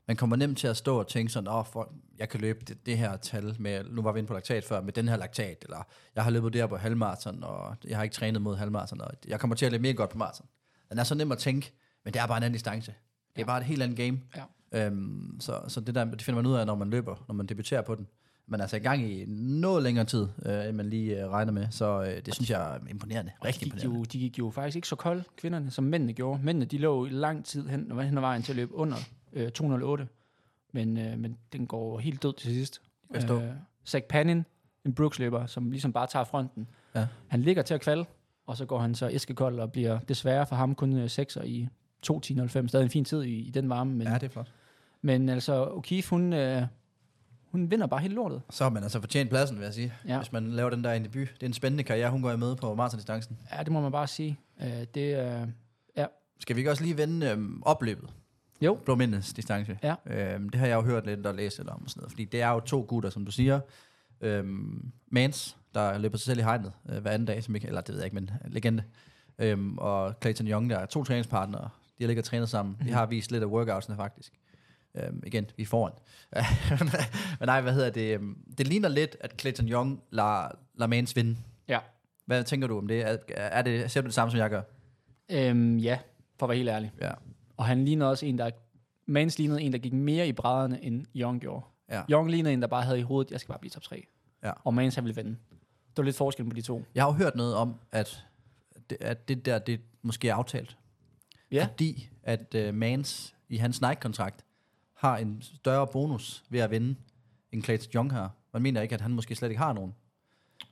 Speaker 5: man kommer nemt til at stå og tænke sådan, åh, oh, jeg kan løbe det, det her tal med, nu var vi inde på laktat før, med den her laktat, eller jeg har løbet der på halvmarathon, og jeg har ikke trænet mod halvmarathon, og jeg kommer til at løbe mere godt på marathon. Den er så nem at tænke, men det er bare en anden distance. Det er bare et helt andet game. Ja. Øhm, så, så det der, det finder man ud af, når man løber, når man debuterer på den. Man er altså i gang i noget længere tid, øh, end man lige øh, regner med, så øh, det synes jeg er imponerende. Rigtig
Speaker 4: de gik,
Speaker 5: imponerende.
Speaker 4: jo, de gik jo faktisk ikke så kolde, kvinderne, som mændene gjorde. Mændene, de lå i lang tid hen, og hen ad vejen til at løbe under øh, 208. Men, øh, men den går helt død til sidst. Øh,
Speaker 5: Hvad står?
Speaker 4: Zach Panin, en Brooks-løber, som ligesom bare tager fronten.
Speaker 5: Ja.
Speaker 4: Han ligger til at kvalde, og så går han så æskekold og bliver desværre for ham kun øh, sekser i 2.10.05. Stadig en fin tid i, i den varme, men,
Speaker 5: Ja, det er flot.
Speaker 4: men altså O'Keefe, hun, øh, hun vinder bare helt lortet.
Speaker 5: Så har man altså fortjent pladsen, vil jeg sige. Ja.
Speaker 4: Ja.
Speaker 5: Hvis man laver den der i en debut. Det er en spændende karriere, hun går i med på maratondistancen.
Speaker 4: Ja, det må man bare sige. Øh, det, øh, ja,
Speaker 5: Skal vi ikke også lige vende øhm, opløbet?
Speaker 4: Jo.
Speaker 5: Blåmændenes distance.
Speaker 4: Ja.
Speaker 5: Øhm, det har jeg jo hørt lidt og læst lidt om. Og sådan noget, fordi det er jo to gutter, som du siger. Øhm, Mans, der løber sig selv i hegnet øh, hver anden dag. Som ikke, eller det ved jeg ikke, men øh, legende. Øhm, og Clayton Young, der er to træningspartnere. De har ligget og trænet sammen.
Speaker 4: Mhm.
Speaker 5: De har vist lidt af workoutsene faktisk. Øhm, igen, vi er foran. men nej, hvad hedder det? Øhm, Det ligner lidt, at Clayton Young lader, lader Mans vinde.
Speaker 4: ja.
Speaker 5: Hvad tænker du om det? Er, er det, ser du det samme, som jeg gør?
Speaker 4: Øhm, ja, for at være helt ærlig.
Speaker 5: Ja.
Speaker 4: Og han lignede også en, der... Mans lignede en, der gik mere i brædderne, end Young gjorde.
Speaker 5: Ja.
Speaker 4: Young lignede en, der bare havde i hovedet, jeg skal bare blive top 3.
Speaker 5: Ja.
Speaker 4: Og Mans, han ville vinde. Det var lidt forskellen på de to.
Speaker 5: Jeg har jo hørt noget om, at det, at det der, det måske er aftalt.
Speaker 4: Ja.
Speaker 5: Fordi at uh, Mans i hans Nike-kontrakt har en større bonus ved at vinde end Clayton Young har. Man mener ikke, at han måske slet ikke har nogen.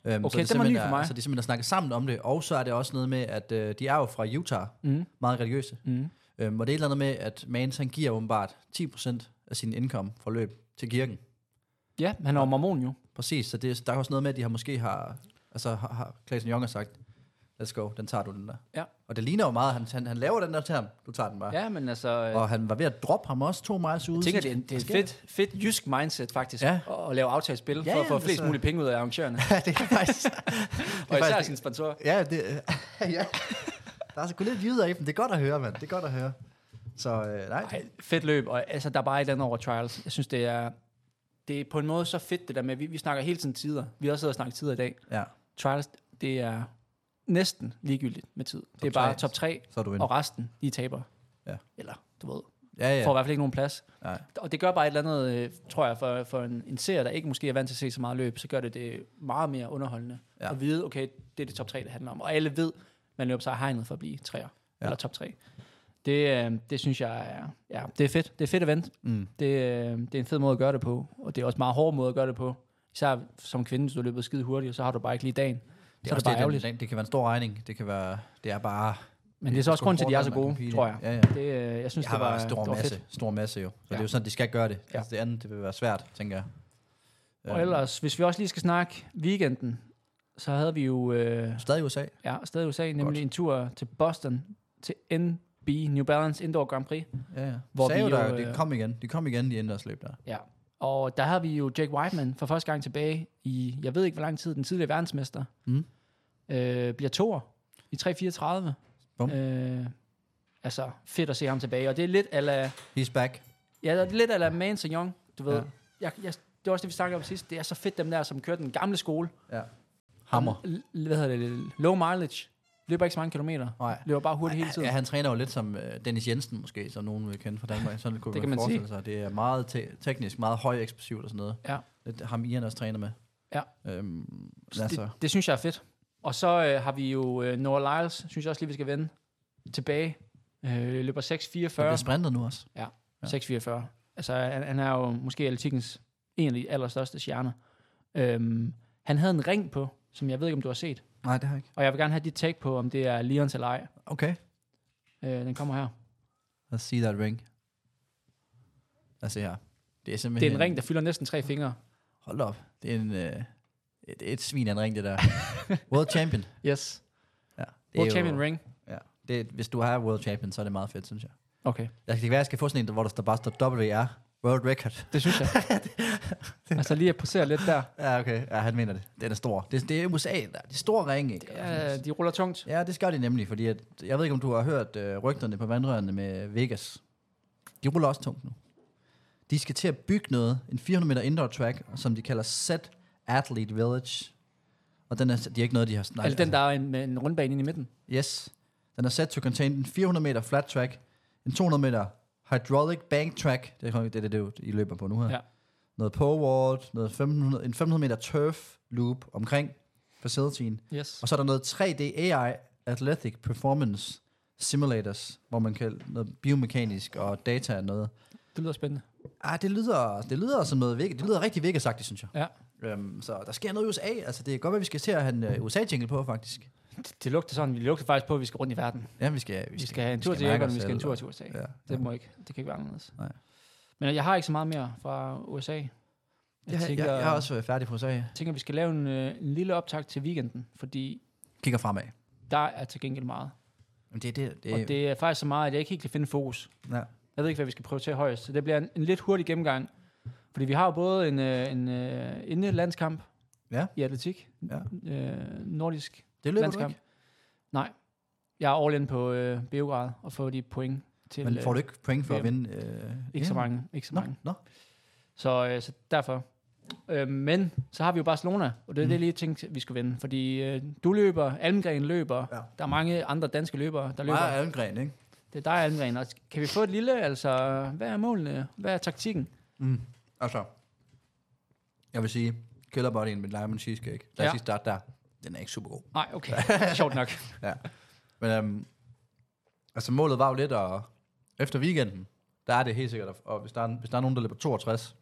Speaker 5: Um,
Speaker 4: Okay, den var ny for mig.
Speaker 5: Så de simpelthen har snakket sammen om det, og så er det også noget med, at øh, de er jo fra Utah, mm. meget religiøse. Mm. Um, og det er et eller andet med, at Mans han giver åbenbart 10% af sin indkom fra løb til kirken.
Speaker 4: Ja, han er jo mormon jo.
Speaker 5: Præcis, så det, der er også noget med, at de har måske har, altså har, har Clayton Young har sagt, let's go, den tager du den der.
Speaker 4: Ja.
Speaker 5: Og det ligner jo meget, han, han, han laver den der til ham, du tager den bare.
Speaker 4: Ja, men altså... øh,
Speaker 5: Og han var ved at droppe ham også to miles ude.
Speaker 4: Jeg tænker, det er,
Speaker 5: sidst.
Speaker 4: en- det er et
Speaker 5: Hvad sker
Speaker 4: fedt, fedt jysk mindset faktisk,
Speaker 5: Ja.
Speaker 4: ja. at, at lave aftalespil, for
Speaker 5: Ja,
Speaker 4: at få
Speaker 5: ja,
Speaker 4: flest
Speaker 5: altså-
Speaker 4: mulige penge ud af arrangørerne,
Speaker 5: der? det er faktisk...
Speaker 4: og især
Speaker 5: faktisk-
Speaker 4: sine sponsorer.
Speaker 5: Ja, det, ja. Der er så kun lidt videre i dem. Det er godt at høre, mand. Det er godt at høre. Så øh, nej.
Speaker 4: Ej, fedt løb, og altså, der er bare et eller andet over trials. Jeg synes, det er, det er på en måde så fedt det der med, at vi, vi snakker hele tiden tider. Vi har også siddet og snakket tider i dag.
Speaker 5: Ja,
Speaker 4: Trials, det er næsten ligegyldigt med tid. Top det er
Speaker 5: tre.
Speaker 4: bare top 3,
Speaker 5: så er du ind.
Speaker 4: og resten, de taber.
Speaker 5: Ja.
Speaker 4: Eller, du ved,
Speaker 5: Ja, ja.
Speaker 4: får i hvert fald ikke nogen plads.
Speaker 5: Nej.
Speaker 4: Og det gør bare et eller andet, øh, tror jeg, for, for en, en seer, der ikke måske er vant til at se så meget løb, så gør det det meget mere underholdende.
Speaker 5: Ja.
Speaker 4: Ja. At vide, okay, det er det top 3, det handler om. Og alle ved, man løber sig af hegnet for at blive træer.
Speaker 5: Ja.
Speaker 4: Ja. Eller top 3. Det, øh, det synes jeg er, ja, det er fedt. Det er fedt event.
Speaker 5: Mm.
Speaker 4: Det, øh, det er en fed måde at gøre det på. Og det er også en meget hård måde at gøre det på. Især som kvinde, hvis du har løbet skide hurtigt, og så har du bare ikke lige dagen.
Speaker 5: Det,
Speaker 4: så
Speaker 5: er
Speaker 4: er det
Speaker 5: også
Speaker 4: bare
Speaker 5: det, det,
Speaker 4: ærgerligt.
Speaker 5: det, det kan være en stor regning. Det kan være... Det er bare...
Speaker 4: Men det er så
Speaker 5: er
Speaker 4: også
Speaker 5: sgu
Speaker 4: grunden til, at de er
Speaker 5: hårdt,
Speaker 4: så
Speaker 5: når man
Speaker 4: gode,
Speaker 5: kan pile.
Speaker 4: tror jeg.
Speaker 5: Ja, ja.
Speaker 4: Det, øh, jeg synes,
Speaker 5: Jeg
Speaker 4: det
Speaker 5: har
Speaker 4: var,
Speaker 5: bare en stor
Speaker 4: det var
Speaker 5: masse,
Speaker 4: fedt.
Speaker 5: stor masse jo. Så ja. det er
Speaker 4: Ja.
Speaker 5: jo sådan, de skal gøre det. Ja.
Speaker 4: Ja.
Speaker 5: Altså, det andet, det vil være svært, tænker jeg.
Speaker 4: Og ellers, hvis vi også lige skal snakke weekenden, så havde vi jo øh,
Speaker 5: Stadig i USA.
Speaker 4: ja, stadig i USA, nemlig en tur til Boston, til NB, New Balance Indoor Grand Prix.
Speaker 5: Ja, ja. Hvor
Speaker 4: Hvor
Speaker 5: Sagde
Speaker 4: vi
Speaker 5: jo,
Speaker 4: jo,
Speaker 5: der, det
Speaker 4: øh,
Speaker 5: kom igen. Det kom igen, de ændres løb der.
Speaker 4: Ja. Og der havde vi jo Jake Whiteman for første gang tilbage i, jeg ved ikke hvor lang tid, den tidligere verdensmester,
Speaker 5: Mm.
Speaker 4: øh, bliver toer i 3.34.
Speaker 5: Bum.
Speaker 4: Øh, altså, fedt at se ham tilbage. Og det er lidt ala,
Speaker 5: He's back.
Speaker 4: ja, det er lidt ala Man Young, du ved.
Speaker 5: Ja.
Speaker 4: Ja. Jeg, jeg, det var også det, vi snakkede om sidst. Det er så fedt, dem der, som kørte den gamle skole.
Speaker 5: Ja. Hammer.
Speaker 4: L- hvad hedder det? Low mileage. Løber ikke så mange kilometer.
Speaker 5: Nej.
Speaker 4: Løber bare hurtigt hele tiden.
Speaker 5: Ja, han træner jo lidt som øh, Dennis Jensen måske, som nogen vil kende fra Danmark. Sådan kunne
Speaker 4: Det kan
Speaker 5: man
Speaker 4: man
Speaker 5: forestille
Speaker 4: sige.
Speaker 5: sig. Det er meget te- teknisk, meget høj eksplosivt og sådan noget.
Speaker 4: Ja.
Speaker 5: Lidt ham Ian også træner med.
Speaker 4: Ja.
Speaker 5: Øhm,
Speaker 4: Så
Speaker 5: altså,
Speaker 4: det, det synes jeg er fedt. Og så øh, har vi jo øh, Noah Lyles, synes jeg også lige, vi skal vende tilbage. Øh, løber
Speaker 5: han bliver
Speaker 4: 6.44.
Speaker 5: sprintet nu også. ja.
Speaker 4: 6.44. Altså, han, han er jo måske atletikkens en af de allerstørste stjerner. Øhm, han havde en ring på, som jeg ved ikke, om du har set.
Speaker 5: Nej, det har jeg ikke.
Speaker 4: Og jeg vil gerne have dit take på, om det er Leons eller ej.
Speaker 5: Okay.
Speaker 4: Øh, den kommer her.
Speaker 5: Let's see that ring. Lad os se her. Det er
Speaker 4: Det
Speaker 5: simpelthen...
Speaker 4: er en ring, der fylder næsten tre fingre.
Speaker 5: Hold da op. Det er en... Øh, det er et svin af en ring, det der. World Champion.
Speaker 4: Yes.
Speaker 5: Ja. Det er
Speaker 4: World
Speaker 5: jo-
Speaker 4: Champion Ring.
Speaker 5: Ja. Det, er- hvis du har World Champion, så er det meget fedt, synes jeg.
Speaker 4: Okay.
Speaker 5: Jeg skal være, jeg skal få sådan en, hvor der står bare står WR. World Record.
Speaker 4: Det synes jeg. altså lige at posere lidt der.
Speaker 5: Ja, okay. Ja, han mener det. Den er stor. Det, det er USA, der. Det er stor ring, ikke?
Speaker 4: Ja, de ruller tungt.
Speaker 5: Ja, det skal de nemlig, fordi at, jeg ved ikke, om du har hørt øh, rygterne på vandrørene med Vegas. De ruller også tungt nu. De skal til at bygge noget, en 400 meter indoor track, som de kalder Set Athlete Village. Og den er, det er ikke noget, de har snakket
Speaker 4: Altså den, der er en, med en rundbane inde i midten.
Speaker 5: Yes. Den er set to contain en 400 meter flat track, en 200 meter hydraulic bank track, det er det, det, det, det I løber på nu her.
Speaker 4: Ja.
Speaker 5: Noget pole noget 1500, en 500 meter turf loop omkring facilityen.
Speaker 4: Yes.
Speaker 5: Og så er der noget 3D AI Athletic Performance Simulators, hvor man kan noget biomekanisk og data og noget.
Speaker 4: Det lyder spændende.
Speaker 5: Ah, det lyder, det lyder som noget væk. Det lyder rigtig vækkesagtigt, synes jeg.
Speaker 4: Ja.
Speaker 5: Um, så der sker noget i USA. Altså, det er godt, at vi skal til at have en uh, USA-jingle på, faktisk.
Speaker 4: Det, det lugter sådan. Vi lugter faktisk på, at vi skal rundt i verden.
Speaker 5: Ja, vi skal...
Speaker 4: Vi skal have en tur til
Speaker 5: mærke
Speaker 4: Japan,
Speaker 5: os
Speaker 4: vi skal
Speaker 5: selv,
Speaker 4: en tur
Speaker 5: og-
Speaker 4: til USA.
Speaker 5: Ja,
Speaker 4: Det må ikke. Det kan ikke være anderledes.
Speaker 5: Nej.
Speaker 4: Men jeg har ikke så meget mere fra USA. Jeg,
Speaker 5: Jeg, jeg,
Speaker 4: tænker,
Speaker 5: jeg, jeg er også øh, færdig på USA.
Speaker 4: tænker, vi skal lave en, øh, en lille optag til weekenden, fordi
Speaker 5: Kigger fremad.
Speaker 4: der er til gengæld meget.
Speaker 5: Jamen, det er det. det,
Speaker 4: Og
Speaker 5: det
Speaker 4: det er faktisk så meget, at jeg ikke helt kan finde fokus.
Speaker 5: ja.
Speaker 4: Jeg ved ikke, hvad vi skal prioritere højest, så det bliver en, en lidt hurtig gennemgang. Fordi vi har jo både en, øh, en øh, indelandskamp
Speaker 5: Ja.
Speaker 4: i atletik,
Speaker 5: Ja.
Speaker 4: øh, nordisk
Speaker 5: Det løber du
Speaker 4: landskamp.
Speaker 5: ikke.
Speaker 4: Nej, jeg er all in på øh, Beograd og få de point til...
Speaker 5: Men får du
Speaker 4: øh,
Speaker 5: ikke point for
Speaker 4: VM?
Speaker 5: at vinde? Øh,
Speaker 4: Ikke så
Speaker 5: VM?
Speaker 4: mange, ikke så
Speaker 5: Nå,
Speaker 4: mange.
Speaker 5: nå.
Speaker 4: Så, øh, så derfor. Øh, men så har vi jo Barcelona, og det er mm. det, jeg lige tænkte, vi skulle vinde. Fordi øh, du løber, Almgren løber,
Speaker 5: Ja.
Speaker 4: ja. der er mange andre danske løbere, der løber.
Speaker 5: Meget
Speaker 4: Ja, ja.
Speaker 5: Almgren, ikke?
Speaker 4: Det er dig, Almgren. Og kan vi få et lille, altså, hvad er målene? Hvad er taktikken?
Speaker 5: Altså, jeg vil sige, Killer Bodyen med Lime and Cheesecake. Lad os
Speaker 4: Ja.
Speaker 5: lige starte der. Den er ikke super god.
Speaker 4: Nej, okay. Sjovt nok.
Speaker 5: Men øhm, altså, målet var jo lidt at... Efter weekenden, der er det helt sikkert. at- Og hvis der er, en- hvis der er nogen, der løber 62,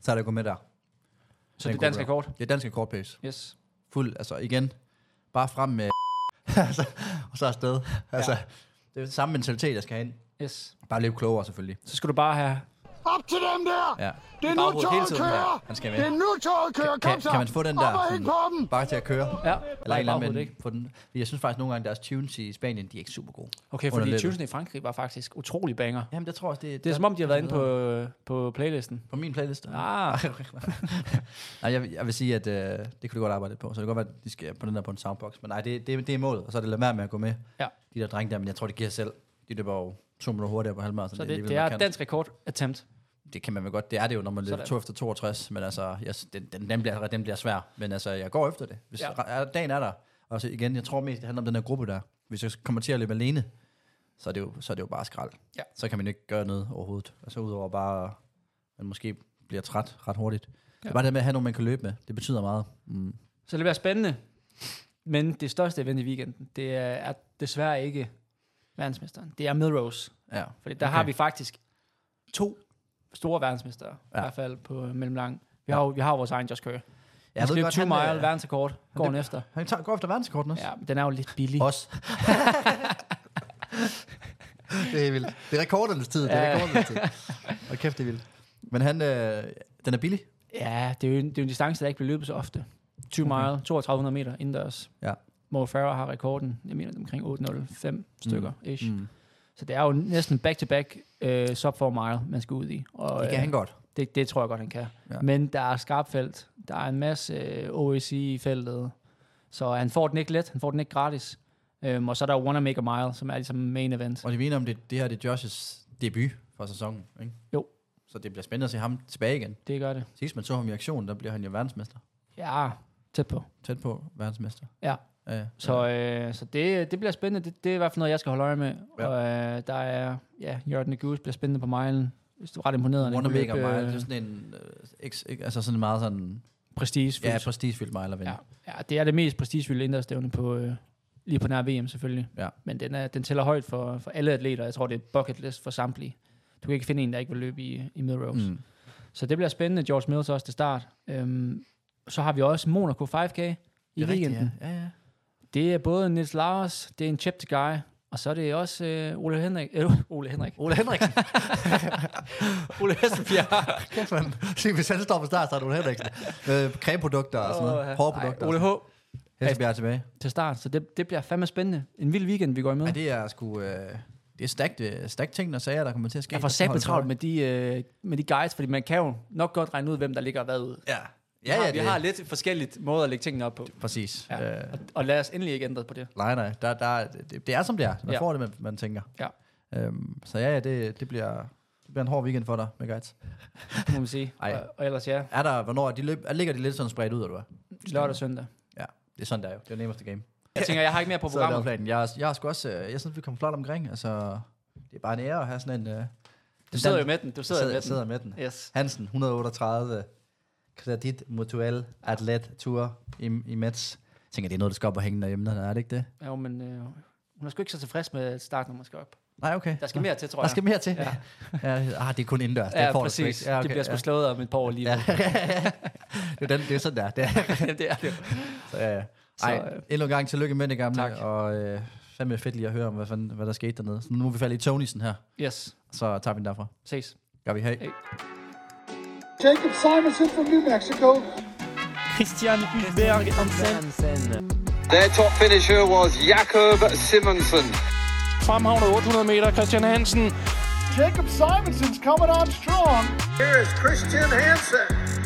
Speaker 5: så er det at gå med der.
Speaker 4: Så
Speaker 5: en
Speaker 4: det er
Speaker 5: god
Speaker 4: dansk
Speaker 5: løb.
Speaker 4: rekord.
Speaker 5: Det er danske kort pace.
Speaker 4: Yes.
Speaker 5: fuld, altså igen, bare frem med altså, og så afsted. Altså, ja. Det er samme mentalitet, jeg skal have ind.
Speaker 4: Yes.
Speaker 5: Bare løbe klogere selvfølgelig.
Speaker 4: Så skal du bare have
Speaker 1: Op til dem der!
Speaker 5: Ja.
Speaker 1: Ah, Det er nu,
Speaker 5: Baghovedet hele
Speaker 1: toget
Speaker 5: tiden,
Speaker 1: kører!
Speaker 5: ja. Han skal med.
Speaker 1: Det er nu, toget kører! Kom
Speaker 5: Kan,
Speaker 1: så!
Speaker 5: kan man få den
Speaker 1: Op og
Speaker 5: der
Speaker 1: hæng på dem!
Speaker 5: sådan, bare til at køre?
Speaker 4: Ja,
Speaker 5: Eller
Speaker 4: nej,
Speaker 5: en eller anden,
Speaker 4: baghovedet
Speaker 5: men få den. Fordi Jeg synes faktisk nogle gange, deres tunes i Spanien, de er ikke super gode.
Speaker 4: Okay,
Speaker 5: Under
Speaker 4: fordi
Speaker 5: lettet.
Speaker 4: Tusind i Frankrig var faktisk utrolig banger.
Speaker 5: Jamen, det tror jeg også, det,
Speaker 4: Det er som om, de har været inde på, øh, på playlisten.
Speaker 5: På min playlist.
Speaker 4: Ah,
Speaker 5: Nej, jeg, vil- jeg vil sige, at øh, det kunne du godt arbejde lidt på. Så det kan godt være, at de skal på den der på en soundbox. Men nej, det, det, det er målet, og så er det lade være med at gå med.
Speaker 4: Ja.
Speaker 5: De der drenge der, men jeg tror, det giver sig selv. De løber jo to minutter hurtigere på halvmarathon.
Speaker 4: så
Speaker 5: end
Speaker 4: det,
Speaker 5: alligevel
Speaker 4: det er
Speaker 5: markant.
Speaker 4: dansk rekord attempt.
Speaker 5: det kan man vel godt. Det er det jo, når man løber
Speaker 4: Sådan.
Speaker 5: 2 efter 62, men altså, jeg, den, den, den, bliver, den bliver svær. Men altså, jeg går efter det. Hvis
Speaker 4: Ja.
Speaker 5: ja. dagen er der, og så igen, jeg tror mest, det handler om den her gruppe der. Hvis jeg kommer til at løbe alene, så er det jo, så er det jo bare skrald.
Speaker 4: Ja.
Speaker 5: Så kan man jo ikke gøre noget overhovedet. Altså udover bare, man måske bliver træt ret hurtigt. Ja. Bare det med at have nogen, man kan løbe med, det betyder meget. Mm.
Speaker 4: Så det bliver spændende. Men det største event i weekenden, det er, er desværre ikke verdensmesteren. Det er Milrose.
Speaker 5: Ja.
Speaker 4: Fordi der okay. har vi faktisk to store verdensmestere, ja. i hvert fald på øh, mellemlang. Vi har, jo, vi har jo vores egen Josh Kerr. Jeg ved godt, 20 mile
Speaker 5: han, øh,
Speaker 4: verdensrekord går han efter.
Speaker 5: han tager, går efter verdenskorten også.
Speaker 4: Ja, men den er jo lidt billig.
Speaker 5: Os. det er vildt. Det er rekordernes tid. Det er
Speaker 4: Ja.
Speaker 5: rekordernes tid. Og kæft, det er vildt. Men han, øh, den er billig.
Speaker 4: Ja, det er, jo en, det er jo en distance, der ikke bliver løbet så ofte. 20 mile, 3200 meter indendørs.
Speaker 5: Ja.
Speaker 4: Mo Farah har rekorden, jeg mener det er omkring 805 stykker ish. Mm. Så det er jo næsten back-to-back øh, sub 4 mile, man skal ud i. Og,
Speaker 5: Det kan
Speaker 4: øh,
Speaker 5: han godt.
Speaker 4: Det, det tror jeg godt, han kan.
Speaker 5: Ja.
Speaker 4: Ja. Men der er skarpt felt. Der er en masse øh, OEC i feltet. Så han får den ikke let. Han får den ikke gratis. Øhm, og så er der Wanna Make a Mile, som er ligesom main event.
Speaker 5: Og det mener om, det, det her det er Joshes debut for sæsonen. Ikke?
Speaker 4: Jo.
Speaker 5: Så det bliver spændende at se ham tilbage igen.
Speaker 4: Det gør det.
Speaker 5: Sidst man så ham i aktion, der bliver han jo verdensmester.
Speaker 4: Ja, tæt på.
Speaker 5: Tæt på verdensmester.
Speaker 4: Ja.
Speaker 5: Ja, ja.
Speaker 4: Så, øh, så det, det bliver spændende. Det, det er i hvert fald noget, jeg skal holde øje med.
Speaker 5: Ja.
Speaker 4: Ja. Og øh, der er, ja, Jordan Goose bliver spændende på milen. Hvis du er ret imponeret. han
Speaker 5: Wonder
Speaker 4: kunne
Speaker 5: Maker
Speaker 4: løbe,
Speaker 5: Mile, det er
Speaker 4: øh,
Speaker 5: sådan en, øh, ex, ex, altså sådan en meget sådan,
Speaker 4: prestigefyldt.
Speaker 5: ja, prestigefyldt mile at vinde.
Speaker 4: ja. ja, det er det mest prestigefyldte indendørsstævne på, øh, lige på nær VM selvfølgelig.
Speaker 5: Ja.
Speaker 4: Men den, er, den tæller højt for, for alle atleter. Jeg tror, det er bucket list for samtlige. Du kan ikke finde en, der ikke vil løbe i, i Milrose.
Speaker 5: Mm.
Speaker 4: Mm. Så det bliver spændende. George Mills også til start. Øhm, så har vi også Monaco 5K i
Speaker 5: Det er
Speaker 4: weekenden.
Speaker 5: rigtigt, ja. ja, ja.
Speaker 4: Det er både Nils Lars, det er en chapter guy, og så er det også øh, Ole Henrik. Øh, Ole Henrik.
Speaker 5: Ole Henriksen. Ole Hessenfjær. Kæft, mand. Se, hvis han står på start, så er det Ole Henriksen. Øh, cremeprodukter og sådan noget. Hårde produkter.
Speaker 4: Ole H. Mm.
Speaker 5: Hessenbjerg er tilbage.
Speaker 4: til start, så det, det bliver fandme spændende. En vild weekend, vi går imod.
Speaker 5: Ja, det er sgu... Øh, det er stærkt, øh, stærkt ting, der sager, der kommer til at ske.
Speaker 4: Jeg får
Speaker 5: Det skal holde
Speaker 4: sat travlt
Speaker 5: for.
Speaker 4: med de, øh, med de guides, fordi man kan jo nok godt regne ud, hvem der ligger hvad ud.
Speaker 5: Ja,
Speaker 4: Vi
Speaker 5: ja,
Speaker 4: har-
Speaker 5: ja,
Speaker 4: vi
Speaker 5: det,
Speaker 4: har lidt forskellige måder at lægge tingene op på.
Speaker 5: præcis.
Speaker 4: Ja.
Speaker 5: Ja. Øh,
Speaker 4: Og, og lad os endelig ikke ændre på det.
Speaker 5: nej, nej, der, der, det, det er som det er. Man ja.
Speaker 4: Ja.
Speaker 5: får det, man, man tænker.
Speaker 4: Ja.
Speaker 5: Øhm, så ja, ja det, det, bliver, det bliver en hård weekend for dig med guides.
Speaker 4: Det må man sige.
Speaker 5: Ej.
Speaker 4: Og, og ellers ja,
Speaker 5: Er der, hvornår er de løb, er, ligger de lidt sådan spredt ud, eller hvad?
Speaker 4: lørdag og søndag.
Speaker 5: Ja, det er sådan, der er jo. Det er jo nemmeste game.
Speaker 4: Jeg tænker, jeg har ikke mere på
Speaker 5: Så er der jo
Speaker 4: programmet.
Speaker 5: planen. Jeg, er- jeg er sgu også, øh, jeg synes, vi kommer flot omkring. Altså, det er bare en ære at have sådan en... øh,
Speaker 4: Du sidder jo med den. Du
Speaker 5: sidder,
Speaker 4: sidder jo
Speaker 5: sidder,
Speaker 4: med
Speaker 5: sidder
Speaker 4: den.
Speaker 5: med den.
Speaker 4: Yes.
Speaker 5: Hansen, 138, Kredit Mutuel Atlet Tour i, i Mets. Jeg tænker, det er noget, der skal op og hænge derhjemme, er det ikke det?
Speaker 4: Jo, men øh, hun er sgu ikke så tilfreds med, at startnummer skal op.
Speaker 5: Nej, okay.
Speaker 4: Der skal mere til, tror
Speaker 5: Der
Speaker 4: jeg.
Speaker 5: skal mere til. Ja. ja. Ah, det er kun indendørs.
Speaker 4: Ja,
Speaker 5: det får du sgu
Speaker 4: præcis.
Speaker 5: ikke. Ja, okay.
Speaker 4: Det bliver sgu
Speaker 5: ja.
Speaker 4: slået om et par år lige
Speaker 5: Ja.
Speaker 4: nu.
Speaker 5: det, er den, det er sådan der. Det er.
Speaker 4: Jamen, det er det jo.
Speaker 5: Så, ja.
Speaker 4: Så,
Speaker 5: Ej,
Speaker 4: øh,
Speaker 5: endnu en gang tillykke med det gamle.
Speaker 4: tak.
Speaker 5: Og øh, fandme fedt lige at høre om, hvad, fanden, hvad der skete dernede. Så nu er vi faldet i Tonisen her,
Speaker 4: Yes,
Speaker 5: så tager vi den derfra.
Speaker 4: ses.
Speaker 5: Gør vi. Hej.
Speaker 4: Hej.
Speaker 1: Jacob Simonson from New Mexico.
Speaker 2: Christian Hulberg Hansen.
Speaker 3: Their top finisher was Jakob Simonsen.
Speaker 2: Fremhavnet 800 meter, Christian Hansen.
Speaker 1: Jacob Simonson's coming on strong.
Speaker 10: Here is Christian Hansen.